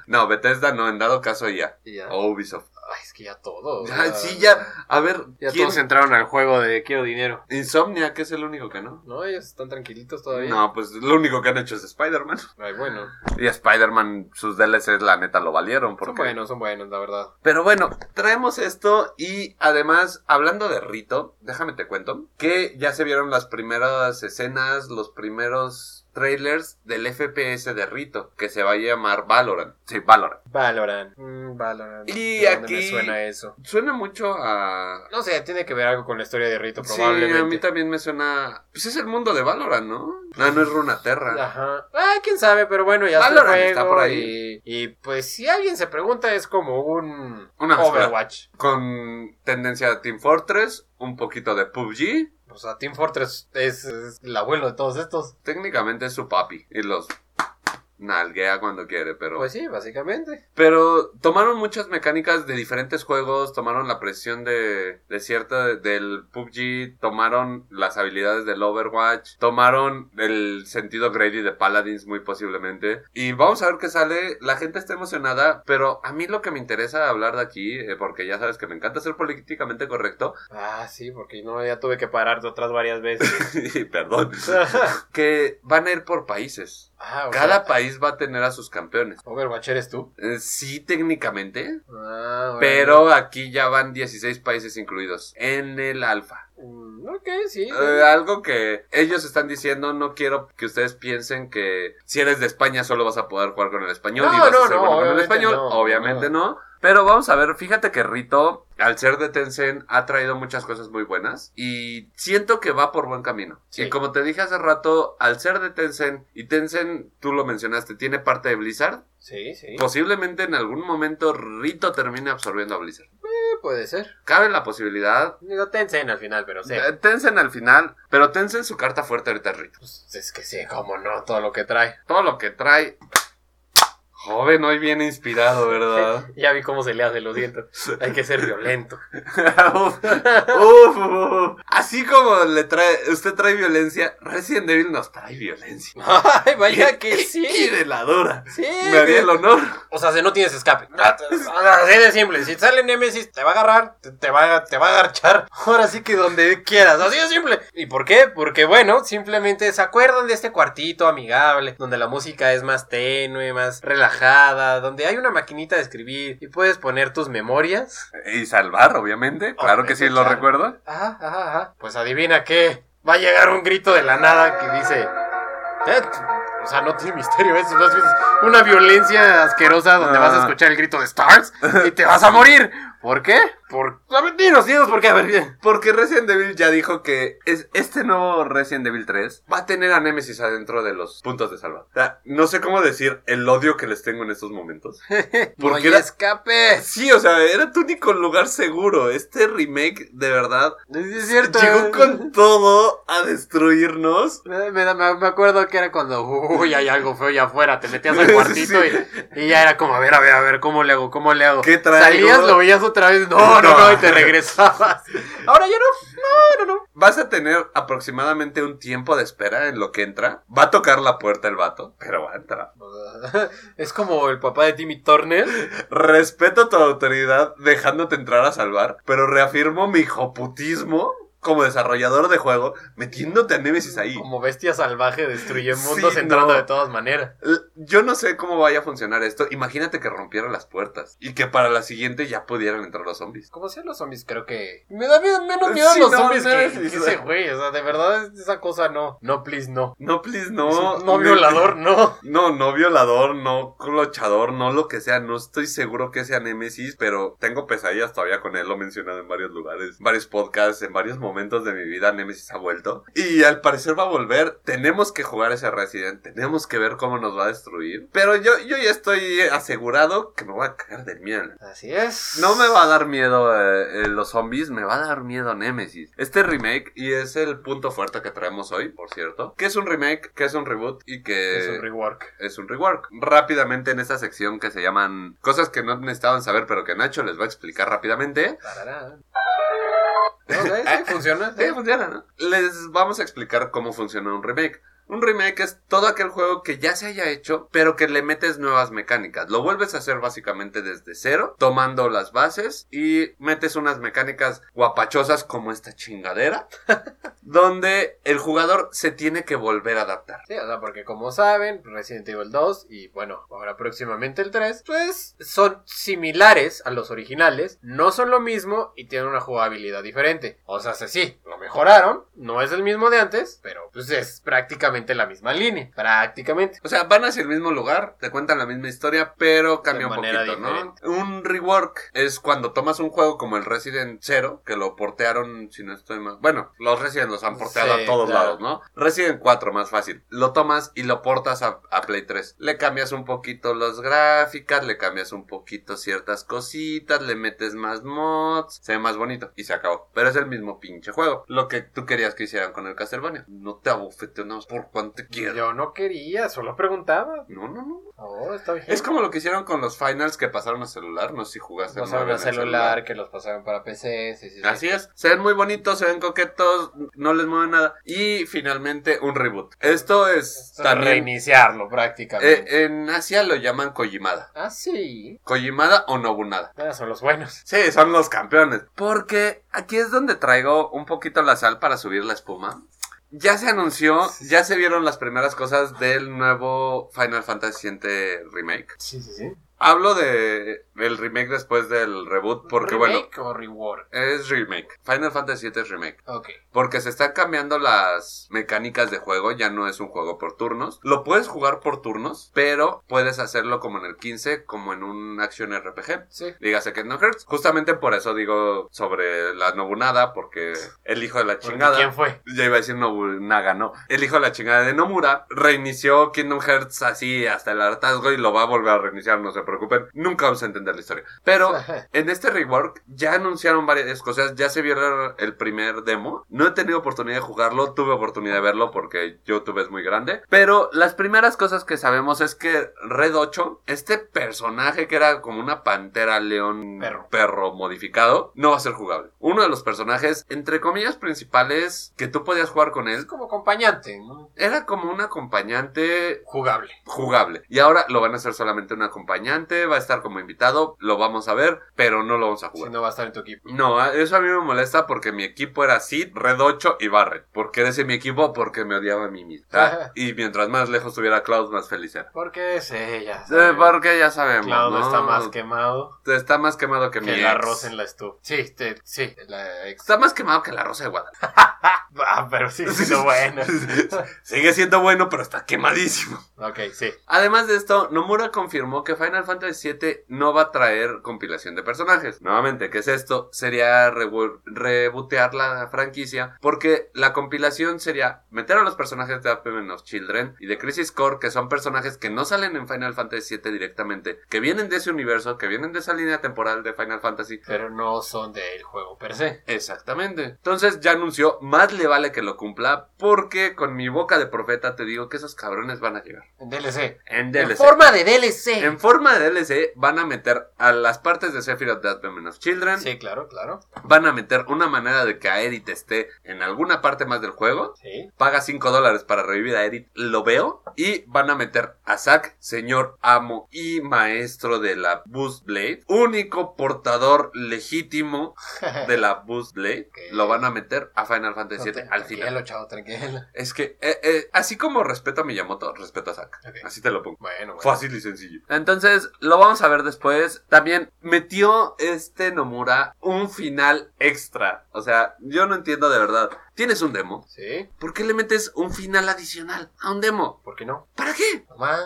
S2: No, Bethesda no, en dado caso ya.
S1: Y ya.
S2: O Ubisoft.
S1: Ay, es que ya todo.
S2: Ya, sí, ya. A ver,
S3: Ya
S2: ¿quién?
S3: todos entraron al juego de quiero dinero.
S2: Insomnia, que es el único que no.
S1: No, ellos están tranquilitos todavía.
S2: No, pues lo único que han hecho es Spider-Man.
S1: Ay, bueno.
S2: Y Spider-Man, sus DLCs, la neta, lo valieron.
S1: Son
S2: Porque...
S1: buenos, son buenos, la verdad.
S2: Pero bueno, traemos esto y además, hablando de Rito, déjame te cuento, que ya se vieron las primeras escenas, los primeros trailers del FPS de Rito, que se va a llamar Valorant. Sí, Valorant.
S1: Valorant.
S3: Mm, Valorant.
S2: Y
S1: ¿De dónde
S2: aquí
S1: me
S2: suena,
S1: suena eso?
S2: mucho a...
S1: No sé, tiene que ver algo con la historia de Rito,
S2: Sí, a
S1: probablemente.
S2: mí también me suena... Pues es el mundo de Valorant, ¿no? Ah, No, no es Runaterra.
S1: Ajá. Ah, quién sabe, pero bueno, ya está el
S2: Valorant
S1: juego.
S2: está por ahí.
S1: Y, y, pues si alguien se pregunta, es como un
S2: Una
S1: Overwatch.
S2: Con tendencia a Team Fortress, un poquito de PUBG.
S1: O sea, Team Fortress es, es el abuelo de todos estos.
S2: Técnicamente es su papi y los nalguea cuando quiere, pero...
S1: Pues sí, básicamente.
S2: Pero tomaron muchas mecánicas de diferentes juegos, tomaron la presión de, de cierta del PUBG, tomaron las habilidades del Overwatch, tomaron el sentido Grady de Paladins muy posiblemente. Y vamos a ver qué sale. La gente está emocionada, pero a mí lo que me interesa hablar de aquí, eh, porque ya sabes que me encanta ser políticamente correcto,
S1: Ah, sí, porque no, ya tuve que parar de otras varias veces.
S2: y perdón, que van a ir por países.
S1: ah, o
S2: Cada
S1: sea,
S2: país va a tener a sus campeones.
S1: Overwatch eres tú.
S2: Eh, sí, técnicamente,
S1: Ah, bueno.
S2: Pero aquí ya van 16 países incluidos en el alfa.
S1: Mm, Ok, sí.
S2: Eh, algo que ellos están diciendo, no quiero que ustedes piensen que si eres de España solo vas a poder jugar con el español
S1: No,
S2: y vas
S1: no,
S2: a ser
S1: no,
S2: bueno con el
S1: obviamente
S2: español.
S1: no,
S2: obviamente no. Pero vamos a ver, fíjate que Rito, al ser de Tencent, ha traído muchas cosas muy buenas y siento que va por buen camino.
S1: Sí.
S2: Y como te dije hace rato, al ser de Tencent, y Tencent, tú lo mencionaste, tiene parte de Blizzard,
S1: sí, sí.
S2: posiblemente en algún momento Rito termine absorbiendo a Blizzard.
S1: Eh, puede ser.
S2: Cabe la posibilidad.
S1: Digo, Tencent al final, pero sí.
S2: Eh, Tencent al final, pero Tencent su carta fuerte ahorita es Rito.
S1: Pues es que sí, cómo no, todo lo que trae.
S2: Todo lo que trae. Joven, hoy bien inspirado, ¿verdad?
S1: Ya vi cómo se le hace los dientes. Hay que ser violento.
S2: Uf, uf, uf. Así como le trae, usted trae violencia, Resident Evil nos trae violencia.
S1: Ay, vaya que
S2: Y
S1: sí.
S2: de la dura.
S1: Sí.
S2: Me haría el honor.
S1: O sea, si no tienes escape. Así de simple. Si sale Nemesis, te va a agarrar, te, te va, a- te va a agarchar. Ahora sí que donde quieras. Así de simple. ¿Y por qué? Porque, bueno, simplemente se acuerdan de este cuartito amigable, donde la música es más tenue, más relajada, donde hay una maquinita de escribir y puedes poner tus memorias.
S2: Y salvar, obviamente. Claro que sí, lo
S1: Claro.
S2: recuerdo.
S1: Ajá, ajá, ajá. Pues adivina qué. Va a llegar un grito de la nada que dice. "Eh, O sea, no tiene misterio, es más bien una violencia asquerosa donde
S2: Ah.
S1: vas a escuchar el grito de Stars y te vas a morir. ¿Por qué? Por. A ver, dinos, dinos, ¿por qué? A ver, bien.
S2: Porque Resident Evil ya dijo que es, este nuevo Resident Evil 3 va a tener a Nemesis adentro de los puntos de salva. O sea, no sé cómo decir el odio que les tengo en estos momentos.
S1: No hay
S2: Porque era-
S1: escape.
S2: Sí, o sea, era tu único lugar seguro. Este remake, de verdad,
S1: Es cierto.
S2: llegó con todo a destruirnos.
S1: Me, me da- me acuerdo que era cuando, uy, hay algo feo allá afuera, te metías al cuartito
S2: Sí.
S1: y, y ya era como, a ver, a ver, a ver, ¿cómo le hago? ¿Cómo le hago?
S2: ¿Qué traigo?
S1: Salías, lo veías otra vez, no, no, no, y te regresabas. Ahora ya no, no, no, no.
S2: Vas a tener aproximadamente un tiempo de espera en lo que entra. Va a tocar la puerta el vato, pero va a entrar.
S1: Es como el papá de Timmy Turner.
S2: Respeto tu autoridad dejándote entrar a salvar, pero reafirmo mi hijoputismo como desarrollador de juego metiéndote a Nemesis ahí.
S1: Como bestia salvaje destruye
S2: Sí,
S1: mundos entrando
S2: no.
S1: de todas maneras.
S2: L- Yo no sé cómo vaya a funcionar esto. Imagínate que rompieran las puertas y que para la siguiente ya pudieran entrar los zombies.
S1: Como sean los zombies, creo que. Me da miedo- menos miedo
S2: Sí,
S1: los
S2: no,
S1: zombies
S2: no,
S1: que,
S2: sí,
S1: que
S2: sí.
S1: ese güey. O sea, de verdad, es- esa cosa no. No, please, no.
S2: No, please,
S1: No,
S2: no.
S1: violador, no.
S2: No, no violador, no clochador, no lo que sea. No estoy seguro que sea Nemesis, pero tengo pesadillas todavía con él. Lo he mencionado en varios lugares, varios podcasts, en varios momentos de mi vida. Nemesis ha vuelto y al parecer va a volver. Tenemos que jugar ese Resident, tenemos que ver cómo nos va a destruir. Pero yo, yo ya estoy asegurado que me voy a caer de miedo.
S1: Así es.
S2: No me va a dar miedo eh, eh, los zombies, me va a dar miedo Nemesis. Este remake, y es el punto fuerte que traemos hoy, por cierto, que es un remake, que es un reboot y que...
S1: Es un rework.
S2: es un rework. Rápidamente en esta sección que se llaman cosas que no necesitaban saber, pero que Nacho les va a explicar rápidamente.
S1: Tararán. No, sí, sí, funciona. sí.
S2: Sí, funciona, ¿no? Les vamos a explicar cómo funciona un remake. Un remake es todo aquel juego que ya se haya hecho, pero que le metes nuevas mecánicas. Lo vuelves a hacer básicamente desde cero, tomando las bases y metes unas mecánicas guapachosas como esta chingadera, donde el jugador se tiene que volver a adaptar.
S1: Sí, o sea, porque como saben, Resident Evil 2 y bueno, ahora próximamente el 3, pues son similares a los originales, no son lo mismo y tienen una jugabilidad diferente. O sea, sí, sí, lo mejoraron, no es el mismo de antes, pero pues es prácticamente exactamente la misma línea, prácticamente.
S2: O sea, van hacia el mismo lugar, te cuentan la misma historia, pero cambia
S1: De
S2: un
S1: manera
S2: poquito, ¿no? Un rework es cuando tomas un juego como el Resident 0, que lo portearon, si no estoy mal. Bueno, los Resident los han porteado
S1: Sí,
S2: a todos
S1: claro.
S2: lados, ¿no? Resident 4, más fácil. Lo tomas y lo portas a, a Play 3. Le cambias un poquito las gráficas, le cambias un poquito ciertas cositas, le metes más mods, se ve más bonito y se acabó. Pero es el mismo pinche juego. Lo que tú querías que hicieran con el Castlevania. No te abofeteamos por cuanto quieras.
S1: Yo no quería, solo preguntaba.
S2: No, no, no.
S1: Oh, está bien.
S2: Es como lo que hicieron con los finals que pasaron a celular, no sé si jugaste
S1: Los
S2: alguna
S1: pasaron a
S2: vez en
S1: celular, que los pasaron para PC, sí, sí, sí.
S2: celular. Así es, se ven muy bonitos, se ven coquetos, no les mueve nada. Y finalmente un reboot. Esto es
S1: Eso es
S2: también...
S1: Reiniciarlo prácticamente.
S2: eh, en Asia lo llaman Kojimada.
S1: ah, sí.
S2: Kojimada o Nobunada.
S1: Ah, son los buenos.
S2: Sí, son los campeones. Porque aquí es donde traigo un poquito la sal para subir la espuma. Ya se anunció, ya se vieron las primeras cosas del nuevo Final Fantasy VII Remake.
S1: Sí, sí, sí.
S2: Hablo de el remake después del reboot porque bueno,
S1: o rework?
S2: es remake. Final Fantasy VII es remake.
S1: Ok.
S2: Porque se están cambiando las mecánicas de juego, ya no es un juego por turnos. Lo puedes jugar por turnos, pero puedes hacerlo como en el 15, como en un acción RPG.
S1: Sí.
S2: Dígase que no Hearts. Justamente por eso digo sobre la Nobunada, porque el hijo de la
S1: Porque
S2: chingada.
S1: ¿Quién fue?
S2: Ya iba a decir Nobunaga, no. El hijo de la chingada de Nomura reinició Kingdom Hearts así hasta el hartazgo y lo va a volver a reiniciar, no se preocupen. Nunca vamos a entender la historia. Pero
S1: Ajá.
S2: en este rework ya anunciaron varias cosas, ya se vio el primer demo. No he tenido oportunidad de jugarlo, tuve oportunidad de verlo porque YouTube es muy grande. Pero las primeras cosas que sabemos es que Red 8, este personaje que era como una pantera león
S1: Perro.
S2: modificado, no va a ser jugable. Uno de los personajes, entre comillas, principales que tú podías jugar con
S1: Es
S2: él.
S1: como acompañante, ¿no?
S2: Era como un acompañante
S1: jugable.
S2: jugable. Y ahora lo van a hacer solamente un acompañante, va a estar como invitado, lo vamos a ver, pero no lo vamos a
S1: Si
S2: jugar.
S1: no va a estar en tu equipo.
S2: No, a- eso a mí me molesta porque mi equipo era Sid, Red 8 y Barret. ¿Por qué eres en mi equipo? Porque me odiaba a mí mismo. Ah, Y mientras más lejos estuviera Cloud, más feliz era.
S1: Porque sí, ya.
S2: Eh,
S1: sabes.
S2: porque ya sabemos.
S1: Claudio
S2: ¿no?
S1: está más quemado
S2: Está más quemado que,
S1: que
S2: mi
S1: el
S2: ex.
S1: arroz en la estufa. Sí, te- sí, la ex.
S2: Está más quemado que la rosa de Guadalupe.
S1: Ah, pero sí, sí, lo bueno.
S2: Sigue siendo bueno, pero está quemadísimo.
S1: ok, sí.
S2: Además de esto, Nomura confirmó que Final Fantasy VII no va a traer compilación de personajes. Nuevamente, ¿qué es esto? Sería rebu- rebotear la franquicia, porque la compilación sería meter a los personajes de Apple of Children y de Crisis Core, que son personajes que no salen en Final Fantasy VII directamente, que vienen de ese universo, que vienen de esa línea temporal de Final Fantasy.
S1: Pero no son del juego per se.
S2: Exactamente. Entonces ya anunció, más le vale que lo cumpla, porque con mi boca de profeta te digo que esos cabrones van a llegar.
S1: En DLC.
S2: En
S1: En
S2: DLC.
S1: forma de DLC.
S2: En forma de DLC van a meter a las partes de Sephiroth de Advent of Children,
S1: Sí, claro, claro.
S2: van a meter una manera de que a Edith esté en alguna parte más del juego,
S1: Sí.
S2: paga 5 dólares para revivir a Edith, lo veo, y van a meter a Zack, señor amo y maestro de la Boost Blade, único portador legítimo de la Boost Blade,
S1: Ok.
S2: lo van a meter a Final Fantasy VII al final.
S1: Tranquilo, chavo, tranquilo.
S2: Es que, eh, eh, así como respeto a Miyamoto, respeto a Zack.
S1: Ok.
S2: Así te lo pongo.
S1: Bueno, bueno.
S2: Fácil y sencillo. Entonces, lo vamos a ver después. También metió este Nomura un final extra. O sea, yo no entiendo de verdad. Tienes un demo.
S1: Sí,
S2: ¿Por qué le metes un final adicional a un demo?
S1: ¿por qué no?
S2: ¿Para qué?
S1: Mamá.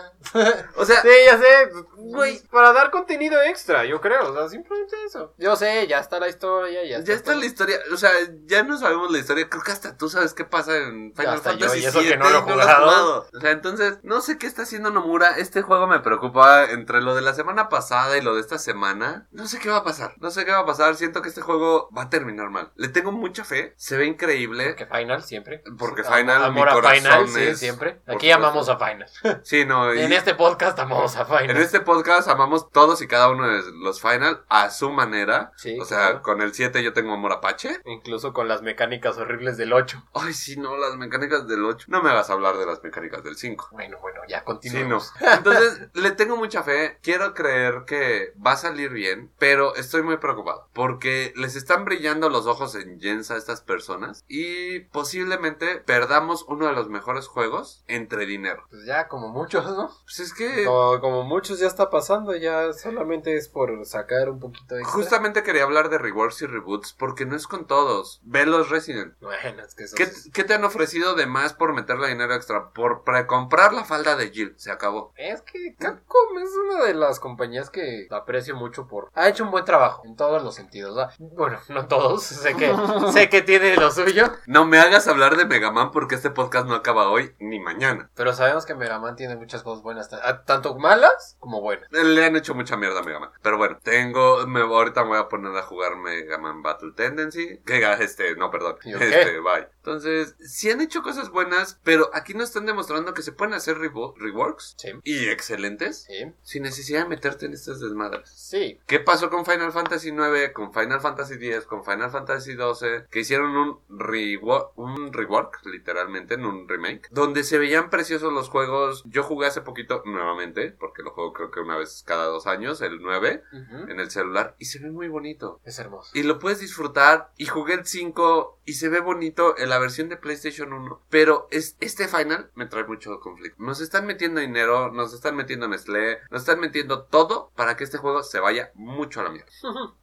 S2: O sea,
S1: Sí, ya sé, güey, para dar contenido extra, yo creo, o sea, simplemente eso. Yo sé, ya está la historia, ya está.
S2: ya está
S1: todo.
S2: la historia. O sea, ya no sabemos la historia. Creo que hasta tú sabes qué pasa en Final
S1: hasta yo,
S2: Fantasy
S1: y eso que
S2: VII
S1: no lo he
S2: y has
S1: jugado.
S2: O sea, entonces, no sé qué está haciendo Nomura. Este juego me preocupa entre lo de la semana pasada y lo de esta semana. No sé qué va a pasar. No sé qué va a pasar. Siento que este juego va a terminar mal. Le tengo mucha fe. Se ve increíble.
S1: Porque Final siempre.
S2: Porque
S1: Am-
S2: Final, mi
S1: amor a
S2: corazón
S1: Final, sí,
S2: es-
S1: siempre.
S2: por
S1: Aquí amamos a Final.
S2: Sí, no. y-
S1: En este podcast amamos a Final.
S2: En este podcast amamos todos y cada uno de los Final a su manera.
S1: Sí,
S2: o sea,
S1: claro.
S2: con el 7 yo tengo amor apache.
S1: Incluso con las mecánicas horribles del 8.
S2: Ay, sí, no, las mecánicas del 8. No me vas a hablar de las mecánicas del 5.
S1: Bueno, bueno, ya
S2: Sí, no.
S1: continuamos.
S2: Entonces, le tengo mucha fe. Quiero creer que va a salir bien, pero estoy muy preocupado. Porque les están brillando los ojos nos enyensa a estas personas y posiblemente perdamos uno de los mejores juegos entre dinero.
S1: Pues ya, como muchos, ¿no?
S2: Pues es que
S1: Como, como muchos ya está pasando, ya solamente es por sacar un poquito de...
S2: justamente quería hablar de rewards y reboots porque no es con todos. Ve los Resident.
S1: Bueno, es que eso
S2: ¿Qué,
S1: es-
S2: qué te han ofrecido de más por meterle dinero extra? Por precomprar la falda de Jill. Se acabó.
S1: Es que Capcom es una de las compañías que aprecio mucho por... Ha hecho un buen trabajo en todos los sentidos. ¿va? Bueno, no todos, sé que, sé que tiene lo suyo,
S2: No me hagas hablar de Mega Man porque este podcast no acaba hoy ni mañana.
S1: pero sabemos que Mega Man tiene muchas cosas buenas, ta- ah, tanto malas como buenas.
S2: Le han hecho mucha mierda a Mega Man. Pero bueno, tengo. Me, ahorita me voy a poner a jugar Mega Man Battle Tendency. Que ah, este, no, perdón.
S1: ¿Y o qué?
S2: Este, bye. Entonces, sí han hecho cosas buenas, pero aquí nos están demostrando que se pueden hacer revo- reworks
S1: Sí,
S2: y excelentes
S1: sí,
S2: sin necesidad de meterte en estas desmadres.
S1: sí.
S2: ¿Qué pasó con Final Fantasy 9, con Final Fantasy 10, con Final Fantasy 12? Que hicieron un rework, un rework, literalmente, en un remake, donde se veían preciosos los juegos. Yo jugué hace poquito nuevamente, porque lo juego creo que una vez cada dos años, el 9,
S1: Ujú.
S2: en el celular, y se ve muy bonito.
S1: Es hermoso.
S2: Y lo puedes disfrutar. Y jugué el 5 y se ve bonito en la versión de PlayStation 1. Pero es, este final me trae mucho conflicto. Nos están metiendo dinero, nos están metiendo Nestlé, nos están metiendo todo para que este juego se vaya mucho a la mierda.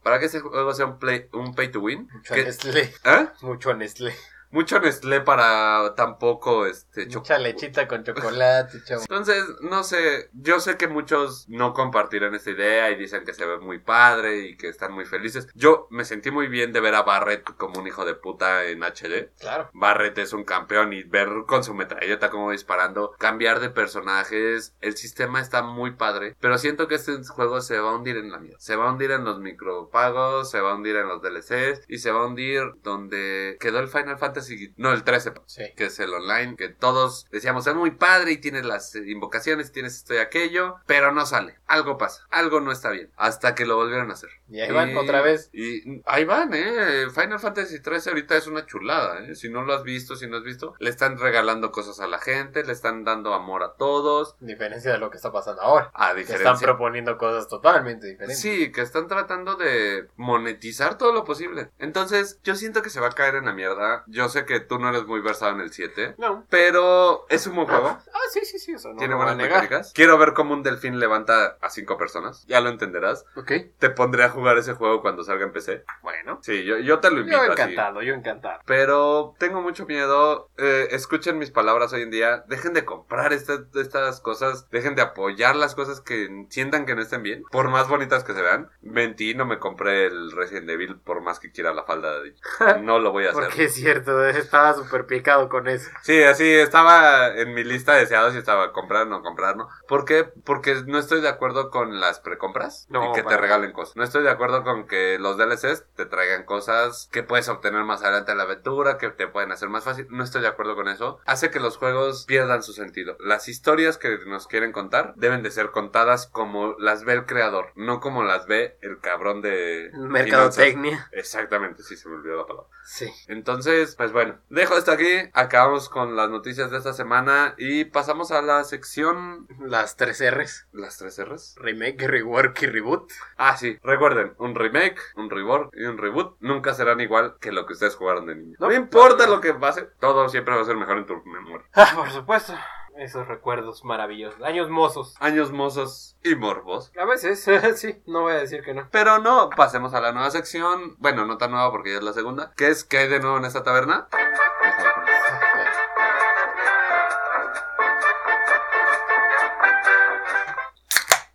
S2: Para que este juego sea un, play, un pay to win.
S1: Mucho
S2: Que-
S1: Nestlé.
S2: ¿Eh?
S1: Mucho Nestlé.
S2: Mucho Nestlé para tampoco este chocolate.
S1: Mucha lechita con chocolate, chavo.
S2: Entonces, no sé, yo sé que muchos no compartirán esta idea y dicen que se ve muy padre y que están muy felices. Yo me sentí muy bien de ver a Barrett como un hijo de puta en HD.
S1: Claro.
S2: Barrett es un campeón y ver con su metralleta como disparando, cambiar de personajes, el sistema está muy padre, pero siento que este juego se va a hundir en la mierda. Se va a hundir en los micropagos, se va a hundir en los DLCs y se va a hundir donde quedó el Final Fantasy, no el 13,
S1: Sí.
S2: que es el online, que todos decíamos es muy padre y tienes las eh, invocaciones y tienes esto y aquello, pero no sale. Algo pasa, algo no está bien, hasta que lo volvieron a hacer.
S1: Y ahí van otra vez.
S2: Y ahí van, ¿eh? Final Fantasy XIII ahorita es una chulada, ¿eh? Si no lo has visto, si no has visto, le están regalando cosas a la gente, le están dando amor a todos,
S1: en Diferencia de lo que está pasando ahora.
S2: a
S1: Que están
S2: diferencia...
S1: proponiendo cosas totalmente diferentes.
S2: Sí, que están tratando de monetizar todo lo posible. Entonces, yo siento que se va a caer en la mierda. Yo sé que tú no eres muy versado en el 7,
S1: No.
S2: pero es un buen juego.
S1: Ah, sí, sí, sí, eso no
S2: Tiene
S1: lo voy a
S2: buenas
S1: negar.
S2: mecánicas. Quiero ver cómo un delfín levanta a cinco personas. Ya lo entenderás.
S1: Ok.
S2: Te pondré a jugar ese juego cuando salga en PC.
S1: Bueno.
S2: Sí, yo, yo te lo invito.
S1: Yo
S2: así.
S1: encantado, yo encantado.
S2: Pero tengo mucho miedo. Eh, escuchen mis palabras hoy en día. Dejen de comprar estas, estas cosas. Dejen de apoyar las cosas que sientan que no estén bien. Por más bonitas que se vean. Mentí, no me compré el Resident Evil por más que quiera la falda de... No lo voy a hacer.
S1: Porque es cierto, estaba súper picado con eso.
S2: Sí, así estaba en mi lista de deseados y estaba comprar, no comprar, no. ¿Por qué? Porque no estoy de acuerdo con las precompras
S1: No,
S2: y que te
S1: para
S2: regalen cosas. No estoy de acuerdo con que los DLCs te traigan cosas que puedes obtener más adelante en la aventura, que te pueden hacer más fácil. No estoy de acuerdo con eso. Hace que los juegos pierdan su sentido. Las historias que nos quieren contar deben de ser contadas como las ve el creador, no como las ve el cabrón de...
S1: Mercadotecnia.
S2: Exactamente, sí, se me olvidó la palabra.
S1: Sí.
S2: Entonces, pues bueno, dejo esto aquí, acabamos con las noticias de esta semana y pasamos a la sección
S1: Las tres R's.
S2: las tres R's.
S1: Remake, rework y reboot.
S2: Ah, sí, recuerden, un remake, un rework y un reboot nunca serán igual que lo que ustedes jugaron de niño. No,
S1: No.
S2: importa lo que pase, todo siempre va a ser mejor en tu memoria.
S1: Ah, por supuesto. Esos recuerdos maravillosos. Años mozos.
S2: Años mozos y morbos.
S1: A veces, sí, no voy a decir que no.
S2: Pero no, pasemos a la nueva sección, bueno, no tan nueva porque ya es la segunda, que es ¿Qué hay de nuevo en esta taberna?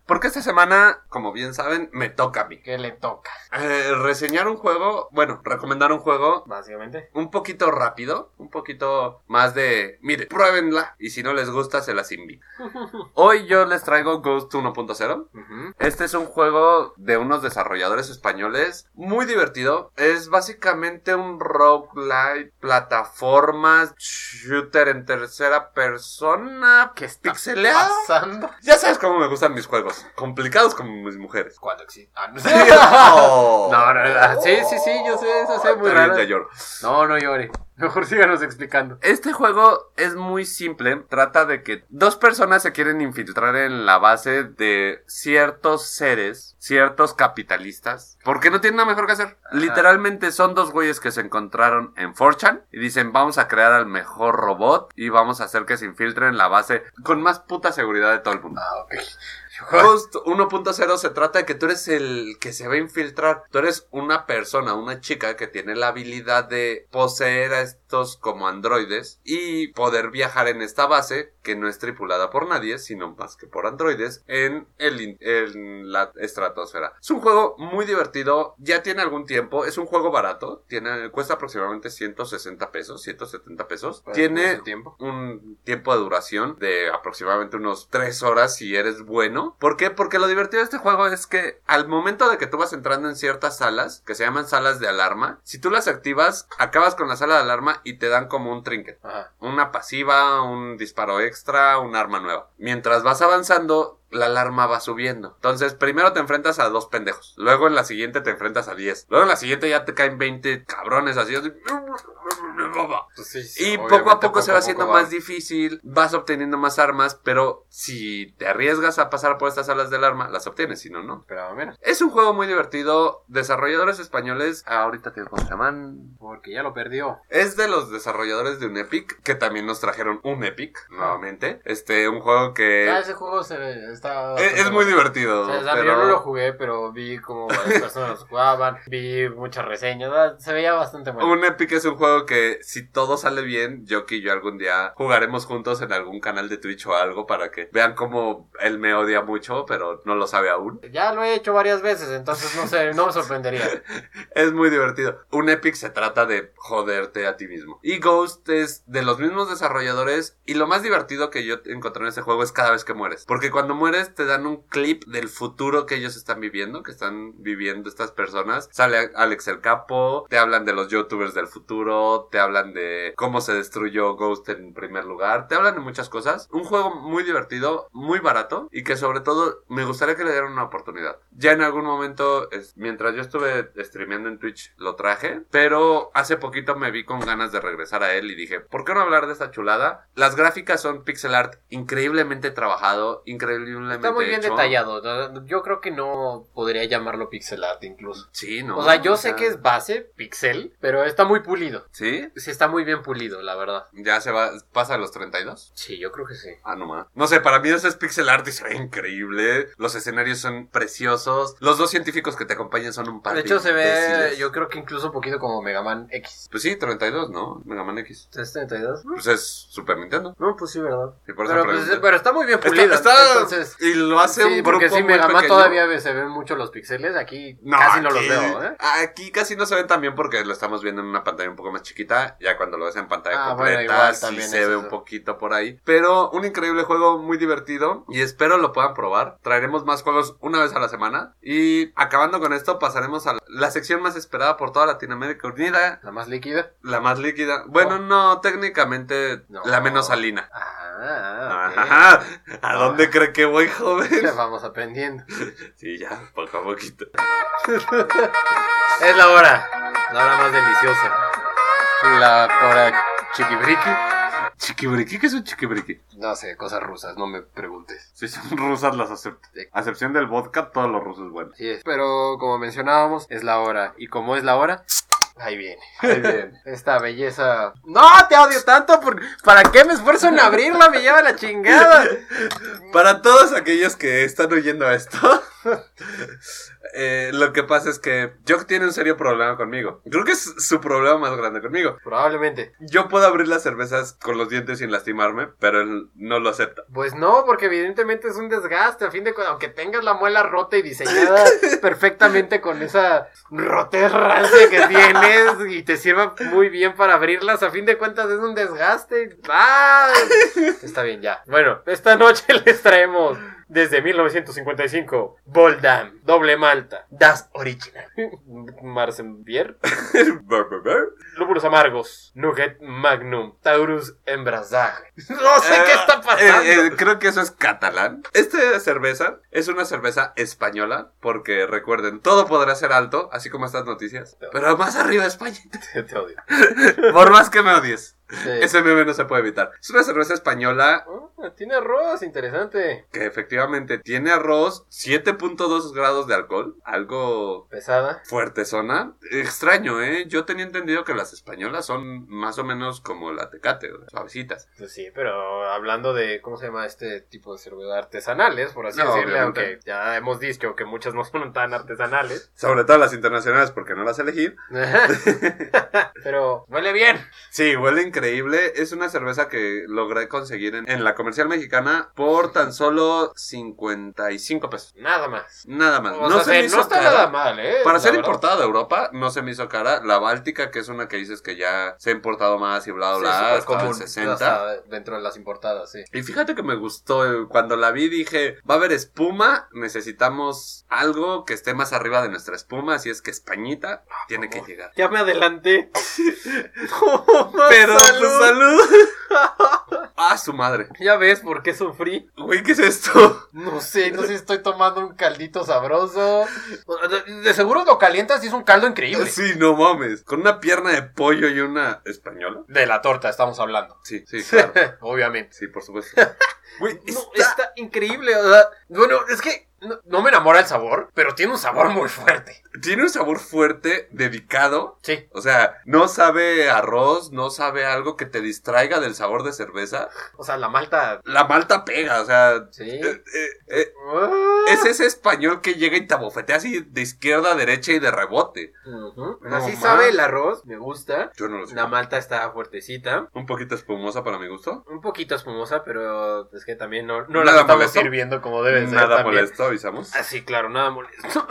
S2: Porque esta semana, como bien saben, me toca a mí.
S1: Que le toca,
S2: Eh, reseñar un juego, bueno, recomendar un juego
S1: básicamente.
S2: un poquito rápido, un poquito más de, mire, pruébenla y si no les gusta se las invito. Hoy yo les traigo Ghost 1.0. Este es un juego de unos desarrolladores españoles muy divertido. Es básicamente un roguelite, plataformas, shooter en tercera persona,
S1: ¿Qué está
S2: pixeleado.
S1: pasando?
S2: Ya sabes cómo me gustan mis juegos, complicados como mis mujeres.
S1: Cuando existe. Ah, no, no,
S2: No,
S1: no, no. Sí, sí, sí, yo sé, eso sé, muy
S2: También
S1: raro.
S2: ya lloro.
S1: No, no llore.
S3: Mejor síganos explicando.
S2: Este juego es muy simple. Trata de que dos personas se quieren infiltrar en la base de ciertos seres, ciertos capitalistas, porque no tienen nada mejor que hacer. Literalmente son dos güeyes que se encontraron en 4chan y dicen vamos a crear al mejor robot y vamos a hacer que se infiltre en la base con más puta seguridad de todo el mundo.
S3: Ah, ok.
S2: Ghost 1.0 se trata de que tú eres el que se va a infiltrar. Tú eres una persona, una chica que tiene la habilidad de poseer a estos como androides y poder viajar en esta base que no es tripulada por nadie, sino más que por androides, en, el, in- en la estratosfera. Es un juego muy divertido, ya tiene algún tiempo, es un juego barato, tiene, cuesta aproximadamente 160 pesos, 170 pesos.
S1: Pues,
S2: Tiene
S3: tiempo.
S2: un tiempo de duración de aproximadamente unos 3 horas si eres bueno. ¿Por qué? Porque lo divertido de este juego es que al momento de que tú vas entrando en ciertas salas, que se llaman salas de alarma, si tú las activas, acabas con la sala de alarma y te dan como un trinket.
S3: Ajá.
S2: Una pasiva, un disparo extra, un arma nueva. Mientras vas avanzando, la alarma va subiendo. Entonces, primero te enfrentas a dos pendejos. Luego en la siguiente te enfrentas a 10. Luego en la siguiente ya te caen 20 cabrones así. así.
S3: Pues sí, sí,
S2: Y
S3: obviamente,
S2: poco a poco se va haciendo
S3: va.
S2: más difícil, vas obteniendo más armas, pero si te arriesgas a pasar por estas salas del arma, las obtienes, si no, no.
S3: Pero menos.
S2: Es un juego muy divertido, desarrolladores españoles, Ah, ahorita te digo cómo se llaman.
S3: Porque ya lo perdió.
S2: Es de los desarrolladores de un Epic, que también nos trajeron un Epic, nuevamente. Este, un juego que
S1: Ah,
S2: es,
S1: ese juego se ve- está...
S2: Eh, es muy divertido.
S1: O sea, Yo
S2: pero-
S1: no lo jugué, pero vi como varias personas lo jugaban, vi muchas reseñas, ah, se veía bastante bueno.
S2: Un Epic es un juego que si todo sale bien, Yoki y yo algún día jugaremos juntos en algún canal de Twitch o algo para que vean cómo él me odia mucho, pero no lo sabe aún.
S1: Ya lo he hecho varias veces, entonces no sé, no me sorprendería.
S2: Es muy divertido. Un Epic se trata de joderte a ti mismo. Y Ghost es de los mismos desarrolladores. Y lo más divertido que yo encontré en este juego es cada vez que mueres. Porque cuando mueres te dan un clip del futuro que ellos están viviendo, que están viviendo estas personas. Sale Alex el Capo, te hablan de los youtubers del futuro, te hablan de cómo se destruyó Ghost en primer lugar, te hablan de muchas cosas. Un juego muy divertido, muy barato y que sobre todo me gustaría que le dieran una oportunidad. Ya en algún momento, es- mientras yo estuve streameando en Twitch, lo traje, pero hace poquito me vi con ganas de regresar a él y dije, ¿por qué no hablar de esta chulada? Las gráficas son pixel art increíblemente trabajado, increíblemente
S1: Está muy bien
S2: hecho.
S1: detallado, ¿no? yo creo que no podría llamarlo pixel art incluso.
S2: Sí, no.
S1: o sea, yo sé que es base, pixel, pero está muy pulido.
S2: Sí,
S1: Sí, está muy bien pulido, la verdad.
S2: ya se va, pasa a los 32.
S1: Sí, yo creo que sí.
S2: Ah, no más. No sé, para mí eso es pixel art y se ve increíble. Los escenarios son preciosos. Los dos científicos que te acompañan son un par
S1: De hecho, se ve,
S2: imbéciles.
S1: yo creo que incluso un poquito como Mega Man X.
S2: Pues sí, 32, ¿no? Mega Man X.
S1: ¿Es 32?
S2: Pues es Super Nintendo.
S1: Mm, No, pues sí, ¿verdad?
S2: Y por eso
S1: Pero, pues,
S2: pregunté.
S1: pero está muy bien
S2: Está-
S1: pulido.
S2: está-
S1: entonces,
S2: y lo hace
S1: sí,
S2: un
S1: porque
S2: grupo
S1: sí,
S2: muy
S1: Mega Man
S2: pequeño.
S1: todavía se ven mucho los pixeles. Aquí
S2: No,
S1: casi no los
S2: aquí-
S1: veo, ¿eh?
S2: Aquí casi no se ven tan bien porque lo estamos viendo en una pantalla un poco más chiquita. Ya cuando lo ves en pantalla
S1: Ah,
S2: completa,
S1: bueno, igual
S2: sí
S1: también
S2: se
S1: es
S2: ve
S1: eso.
S2: un poquito por ahí. Pero un increíble juego, muy divertido. Y espero lo puedan probar. Traeremos más juegos una vez a la semana. Y acabando con esto, pasaremos a la, la sección más esperada por toda Latinoamérica Unida.
S1: La más líquida.
S2: La más líquida. Bueno, no, técnicamente
S1: Oh. No.
S2: la menos salina.
S1: Ah, ok. Ah.
S2: Ajá. ¿A dónde cree que voy, joven?
S1: Ya Vamos aprendiendo.
S2: Sí, ya, poco a poquito.
S1: Es la hora. La hora más deliciosa. La hora chiquibriqui.
S2: Chiquibriqui, ¿qué es un chiquibriqui?
S1: No sé, cosas rusas, no me preguntes.
S2: Si son rusas, las acepto. A excepción del vodka, todos los rusos bueno.
S1: Así es. Pero como mencionábamos, es la hora. Y como es la hora, ahí viene. Ahí viene. Esta belleza. ¡No! ¡Te odio tanto! Por... ¿Para qué me esfuerzo en abrirla? ¡Me lleva la chingada!
S2: Para todos aquellos que están oyendo esto, eh, lo que pasa es que Jock tiene un serio problema conmigo. Creo que es su problema más grande conmigo.
S1: Probablemente.
S2: Yo puedo abrir las cervezas con los dientes sin lastimarme, pero él no lo acepta.
S1: Pues no, porque evidentemente es un desgaste. A fin de cuentas, aunque tengas la muela rota y diseñada perfectamente con esa rotez rancia que tienes y te sirva muy bien para abrirlas, a fin de cuentas es un desgaste. ¡Ah! Está bien, ya. Bueno, esta noche les traemos Desde 1955, Boldam, doble malta, Das Original, Marzenbier,
S2: Ber, ber, ber.
S1: Lúpulos amargos, Nugget Magnum, Taurus Embrasaje. No sé qué
S2: Eh,
S1: está pasando.
S2: eh, eh, creo que eso es catalán. Esta cerveza es una cerveza española, porque recuerden, todo podrá ser alto, así como estas noticias. Pero más arriba España.
S1: Te- te odio.
S2: Por más que me odies.
S1: Sí.
S2: Ese meme no se puede evitar. Es una cerveza española
S1: Ah, tiene arroz, interesante.
S2: que efectivamente tiene arroz, 7.2 grados de alcohol, algo
S1: Pesada.
S2: fuerte zona. Extraño, ¿eh? Yo tenía entendido que las españolas son más o menos como la tecate, ¿no? suavecitas.
S1: Pues sí, pero hablando de, ¿cómo se llama este tipo de cerveza? Artesanales, por así
S2: No,
S1: decirlo,
S2: obviamente.
S1: aunque ya hemos dicho que muchas no son tan artesanales.
S2: Sobre todo las internacionales porque no las elegí.
S1: pero huele bien.
S2: Sí, huele increíble. Es una cerveza que logré conseguir en, en la comercial mexicana por tan solo 55 pesos.
S1: Nada más.
S2: Nada más.
S1: O sea,
S2: se me
S1: no
S2: hizo
S1: está
S2: cara.
S1: nada mal, ¿eh?
S2: Para
S1: La
S2: ser
S1: verdad.
S2: importada de Europa, no se me hizo cara. La Báltica, que es una que dices que ya se ha importado más y bla, bla,
S1: Sí,
S2: bla,
S1: súper
S2: estaba en
S1: común.
S2: 60.
S1: Hasta dentro de las importadas, sí.
S2: Y fíjate que me gustó. eh, Cuando la vi dije, va a haber espuma, necesitamos algo que esté más arriba de nuestra espuma, así es que Españita tiene que
S1: Ah, favor. Ah,
S2: llegar.
S1: Ya me adelanté. Oh,
S2: Pero, pues, salud. ah, su madre.
S1: Ya ves por qué sufrí.
S2: Güey, ¿qué es esto?
S1: No sé, no sé, estoy tomando un caldito sabroso. De- De seguro lo calientas y es un caldo increíble.
S2: Sí, no mames. Con una pierna de pollo y una española.
S1: De la torta estamos hablando.
S2: Sí, sí, claro.
S1: Obviamente.
S2: Sí, por supuesto. Güey,
S1: No,
S2: está-
S1: está increíble. o sea, bueno, es que no, no me enamora el sabor, pero tiene un sabor muy fuerte.
S2: tiene un sabor fuerte, dedicado.
S1: Sí.
S2: O sea, no sabe a arroz, no sabe a algo que te distraiga del sabor de cerveza.
S1: O sea, la malta.
S2: La malta pega, o sea...
S1: Sí.
S2: eh, eh, eh,
S1: Ah.
S2: es ese español que llega y te abofetea así de izquierda a derecha y de rebote.
S1: Ujú.
S2: No
S1: Así
S2: más.
S1: sabe el arroz, me gusta.
S2: Yo no lo sé.
S1: La malta está fuertecita.
S2: Un poquito espumosa para mi gusto.
S1: Un poquito espumosa, pero es que también no, no
S2: Nada
S1: la estamos
S2: molesto.
S1: sirviendo como debe ser.
S2: Nada
S1: también.
S2: molesto, avisamos.
S1: Ah, sí, claro, nada molesto.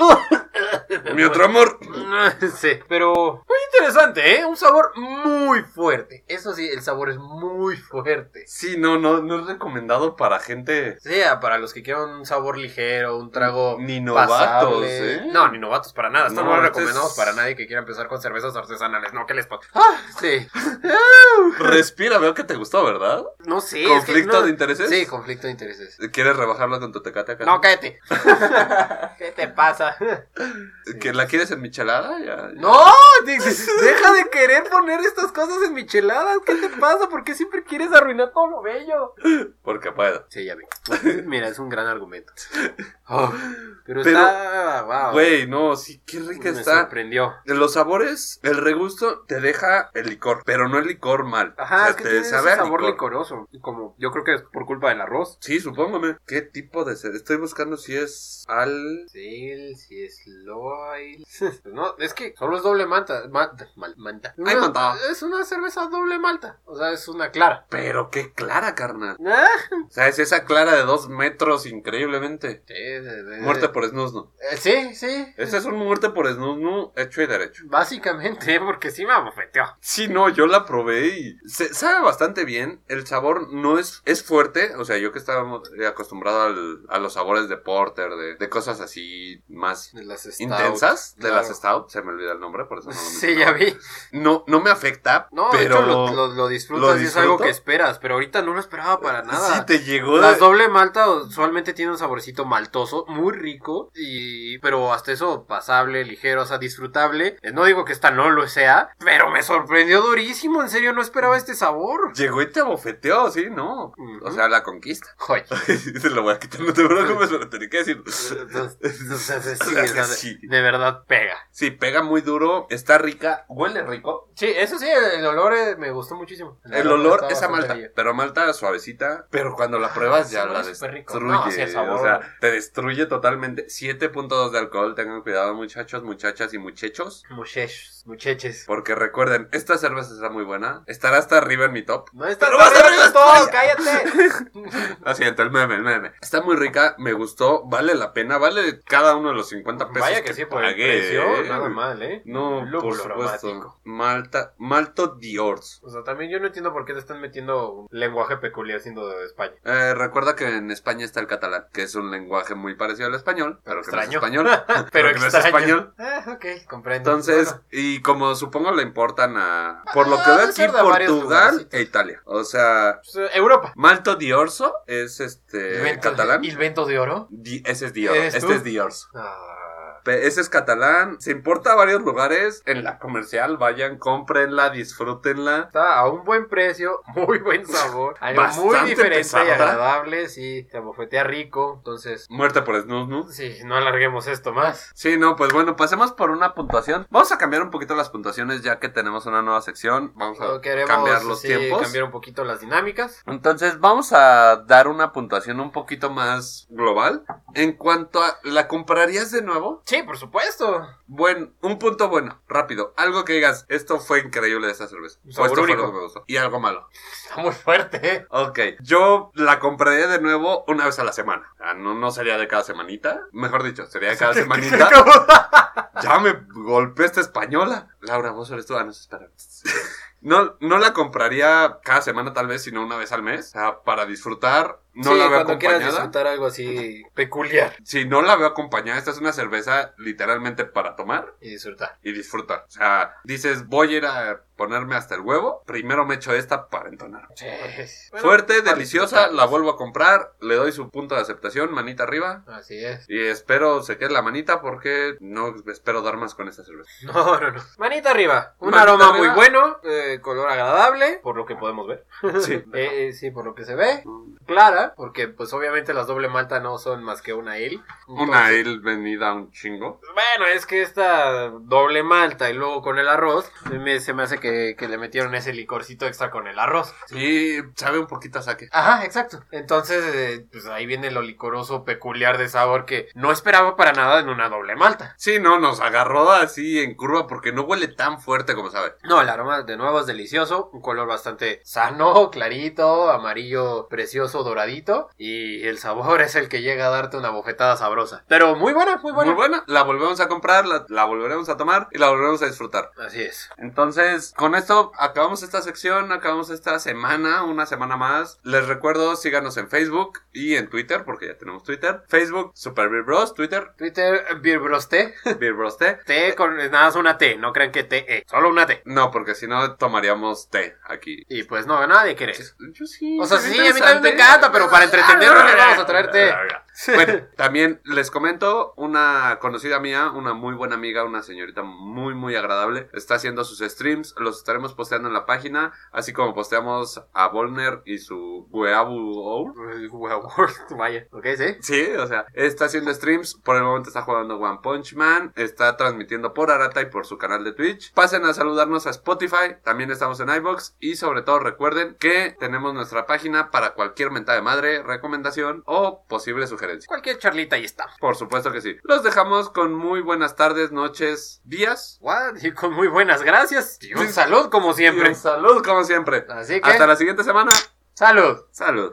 S2: Mi otro amor.
S1: sí, pero muy interesante, ¿eh? Un sabor muy fuerte. Eso sí, el sabor es muy fuerte.
S2: Sí, no, no, no es recomendado para gente
S1: Sea para los que quieran un sabor ligero, un trago
S2: ni novatos,
S1: pasable.
S2: ¿eh?
S1: No, ni novatos para nada. Esto
S2: No,
S1: no, lo
S2: este
S1: recomendamos
S2: es-
S1: para nadie que quiera empezar con cervezas artesanales. No, ¿qué les pasa? Ah, sí.
S2: Respira, veo que te gustó, ¿verdad?
S1: No sé. es que
S2: ¿Conflicto
S1: no-
S2: de intereses?
S1: Sí, conflicto de intereses.
S2: ¿Quieres rebajarlo con tu tecate acá?
S1: No, cállate. ¿Qué te pasa?
S2: ¿Que la quieres en michelada? Ya, ya.
S1: No, de- de- deja de querer poner estas cosas en micheladas. ¿Qué te pasa? ¿Por qué siempre quieres arruinar todo lo bello?
S2: Porque puedo.
S1: Sí, ya vi. Mira, es un gran argumento. Oh, pero,
S2: Pero-
S1: está. Wow.
S2: Güey, no, sí, qué rica
S1: Ah, me
S2: está.
S1: sorprendió.
S2: Los sabores, el regusto te deja el licor, pero no el licor mal.
S1: Ajá,
S2: O sea,
S1: es que
S2: te
S1: tiene ese
S2: sabe a
S1: sabor
S2: licor.
S1: licoroso. Como yo creo que es por culpa del arroz.
S2: Sí, supóngame. ¿Qué tipo de cerveza? Estoy buscando si es al...
S1: Sí, si es Loil. No, es que solo es doble manta. Manta. mal- manta.
S2: Ay, manta.
S1: Es una cerveza doble malta. O sea, es una clara.
S2: Pero qué clara, carnal.
S1: Ah,
S2: O sea, es esa clara de dos metros increíblemente.
S1: sí, de- de-
S2: Muerte por snusno.
S1: Eh, sí, sí.
S2: Ese es un muerte por snusno hecho y derecho.
S1: Básicamente, porque sí me abofeteó.
S2: Sí, no, yo la probé y se sabe bastante bien. El sabor no es, es fuerte. O sea, yo que estaba eh, acostumbrado al- a los sabores de porter, de, de cosas así más
S1: De las stout,
S2: intensas, de
S1: claro.
S2: las stout. Se me olvida el nombre, por eso no lo
S1: Sí,
S2: menciono.
S1: ya vi.
S2: No, no me afecta,
S1: No, de
S2: pero
S1: hecho lo, lo- lo disfrutas
S2: ¿lo
S1: y es algo
S2: disfruto?
S1: que esperas, pero ahorita no lo esperaba para nada.
S2: sí te llegó.
S1: Las doble malta usualmente tiene un saborcito maltoso, muy rico, y pero hasta eso pasable, ligero, o sea, disfrutable. Eh, No digo que esta no lo sea, pero me sorprendió durísimo, en serio, no esperaba este sabor.
S2: Llegó y te abofeteó, sí, no.
S1: Ujú.
S2: O sea, la conquista.
S1: Joy.
S2: Te lo voy a quitar, no te preocupes, pero tenía que decir.
S1: Entonces, o sea, sí,
S2: O sea,
S1: o sea,
S2: sí.
S1: de- de verdad pega.
S2: Sí, pega muy duro, está rica, huele rico.
S1: Sí, eso sí, el, el olor eh, me gustó muchísimo.
S2: El olor
S1: está
S2: es a
S1: bastante
S2: malta,
S1: bello.
S2: pero malta suavecita, pero cuando la
S1: Ah,
S2: pruebas ya
S1: sí,
S2: la
S1: es súper
S2: destruye,
S1: rico. No, sí, el sabor.
S2: o sea, te destruye Excelente. 7.2 de alcohol. Tengan cuidado, muchachos, muchachas y muchachos.
S1: Muchachos, muchaches.
S2: Porque recuerden, esta cerveza está muy buena. Estará hasta arriba en mi top.
S1: No está
S2: Pero vas a ver
S1: todo, cállate.
S2: Lo siento, el meme, el meme. Está muy rica, me gustó, vale la pena, vale cada uno de los 50 pesos.
S1: Vaya que sí, por el
S2: pagué,
S1: precio,
S2: ¿eh?
S1: nada mal, ¿eh?
S2: No,
S1: Lúpulo
S2: por supuesto.
S1: aromático.
S2: Malta, Malto Diors.
S1: O sea, también yo no entiendo por qué te están metiendo un lenguaje peculiar siendo de España.
S2: Eh, recuerda que en España está el catalán, que es un lenguaje muy parecido al español, pero que
S1: Extraño.
S2: no es español.
S1: Pero
S2: que no es
S1: extraño.
S2: español.
S1: Ah, ok, comprendo.
S2: Entonces,
S1: Bueno,
S2: y como supongo le importan a, por lo que
S1: Ah,
S2: veo
S1: debe
S2: aquí,
S1: ser de varios
S2: Portugal
S1: lugarcitos.
S2: e Italia. O sea,
S1: pues, eh, Europa.
S2: Malto Diorso es este
S1: Invento
S2: catalán.
S1: De, ¿Invento de oro?
S2: Di- ese es Dior,
S1: ¿Eres
S2: este
S1: tú?
S2: es Diorso.
S1: Ah,
S2: Pe- Ese es catalán, se importa a varios lugares. En la comercial, vayan, cómprenla, disfrútenla.
S1: está a un buen precio, muy buen sabor, algo muy
S2: Bastante
S1: diferente y
S2: pesada.
S1: agradable, sí, te abofetea rico, entonces,
S2: Muerte por snus, ¿no?
S1: sí, no alarguemos esto más.
S2: Sí, no, pues bueno, pasemos por una puntuación. Vamos a cambiar un poquito las puntuaciones ya que tenemos una nueva sección. Vamos a
S1: No queremos
S2: cambiar los
S1: sí,
S2: tiempos.
S1: cambiar un poquito las dinámicas.
S2: Entonces vamos a dar una puntuación un poquito más global. En cuanto a... ¿La comprarías de nuevo?
S1: Sí, por supuesto.
S2: Buen, un punto bueno, rápido. Algo que digas, esto fue increíble de esta cerveza.
S1: Un sabor
S2: O esto fue
S1: único.
S2: lo que me gustó. Y algo malo.
S1: Está muy fuerte.
S2: Ok, yo la compraré de nuevo una vez a la semana. O sea, no, no sería de cada semanita. Mejor dicho, sería de cada semanita. ya me golpeé esta española. Laura, vos eres tú. Ah, no, espera. No, no la compraría cada semana tal vez, sino una vez al mes. O sea, para disfrutar. No
S1: sí,
S2: la veo
S1: cuando quieras
S2: acompañada.
S1: disfrutar algo así peculiar
S2: Si no la veo acompañada, esta es una cerveza literalmente para tomar
S1: y disfrutar.
S2: y disfrutar. O sea, dices, voy a ir a ponerme hasta el huevo. Primero me echo esta para entonar.
S1: Sí.
S2: Fuerte,
S1: para
S2: deliciosa,
S1: disfrutar.
S2: la vuelvo a comprar, le doy su punto de aceptación, manita arriba.
S1: Así es.
S2: Y espero se quede la manita porque no espero dar más con esta cerveza.
S1: No, no, no. Manita arriba. Un
S2: Manita
S1: aroma muy
S2: arriba.
S1: bueno, eh, color agradable, por lo que podemos ver.
S2: Sí.
S1: Eh, eh, sí, por lo que se ve. Clara, porque pues obviamente las doble malta no son más que una ale.
S2: Una
S1: Entonces,
S2: ale venida un chingo.
S1: Bueno, es que esta doble malta y luego con el arroz, me- se me hace que, que le metieron ese licorcito extra con el arroz.
S2: Sí, sabe un poquito a saque.
S1: Ajá, exacto. Entonces, eh, pues ahí viene lo licoroso peculiar de sabor que no esperaba para nada en una doble malta.
S2: Sí, no, nos agarró así en curva porque no huele tan fuerte como sabe.
S1: No, el aroma de nuevo es delicioso, un color bastante sano, clarito, amarillo, precioso, doradito y el sabor es el que llega a darte una bofetada sabrosa. Pero muy buena, muy buena.
S2: Muy buena, la volvemos a comprar, la, la volveremos a tomar y la volveremos a disfrutar.
S1: Así es.
S2: Entonces, con esto acabamos esta sección, acabamos esta semana, una semana más. Les recuerdo, síganos en Facebook y en Twitter, porque ya tenemos Twitter. Facebook, Super Beer Bros, Twitter,
S1: Twitter, Beer Bros T.
S2: Beer Bros T.
S1: T con es nada más una T, no crean que T, E, solo una T.
S2: No, porque si no tomaríamos té aquí.
S1: Y pues no, nada de querer.
S2: Yo sí.
S1: O sea,
S2: se ve
S1: sí, a mí también me
S2: interesante. Ah,
S1: encanta, pero para entretenernos les vamos a traer té.
S2: Bueno, también les comento una conocida mía, una muy buena amiga, una señorita muy muy agradable, está haciendo sus streams, los estaremos posteando en la página, así como posteamos a Volner y su Weabu Owl.
S1: Vaya, ok, sí.
S2: Sí, o sea, está haciendo streams, por el momento está jugando One Punch Man, está transmitiendo por Arata y por su canal de Twitch. Pasen a saludarnos a Spotify, también estamos en iBox y sobre todo recuerden que tenemos nuestra página para cualquier mentada de madre, recomendación o posible sugerencia.
S1: Cualquier charlita ahí está.
S2: Por supuesto que sí. Los dejamos con muy buenas tardes, noches, días.
S1: What? Y con muy buenas gracias. Y un salud como
S2: Y
S1: siempre.
S2: un salud, como siempre.
S1: Así que,
S2: Hasta la siguiente semana.
S1: salud.
S2: Salud.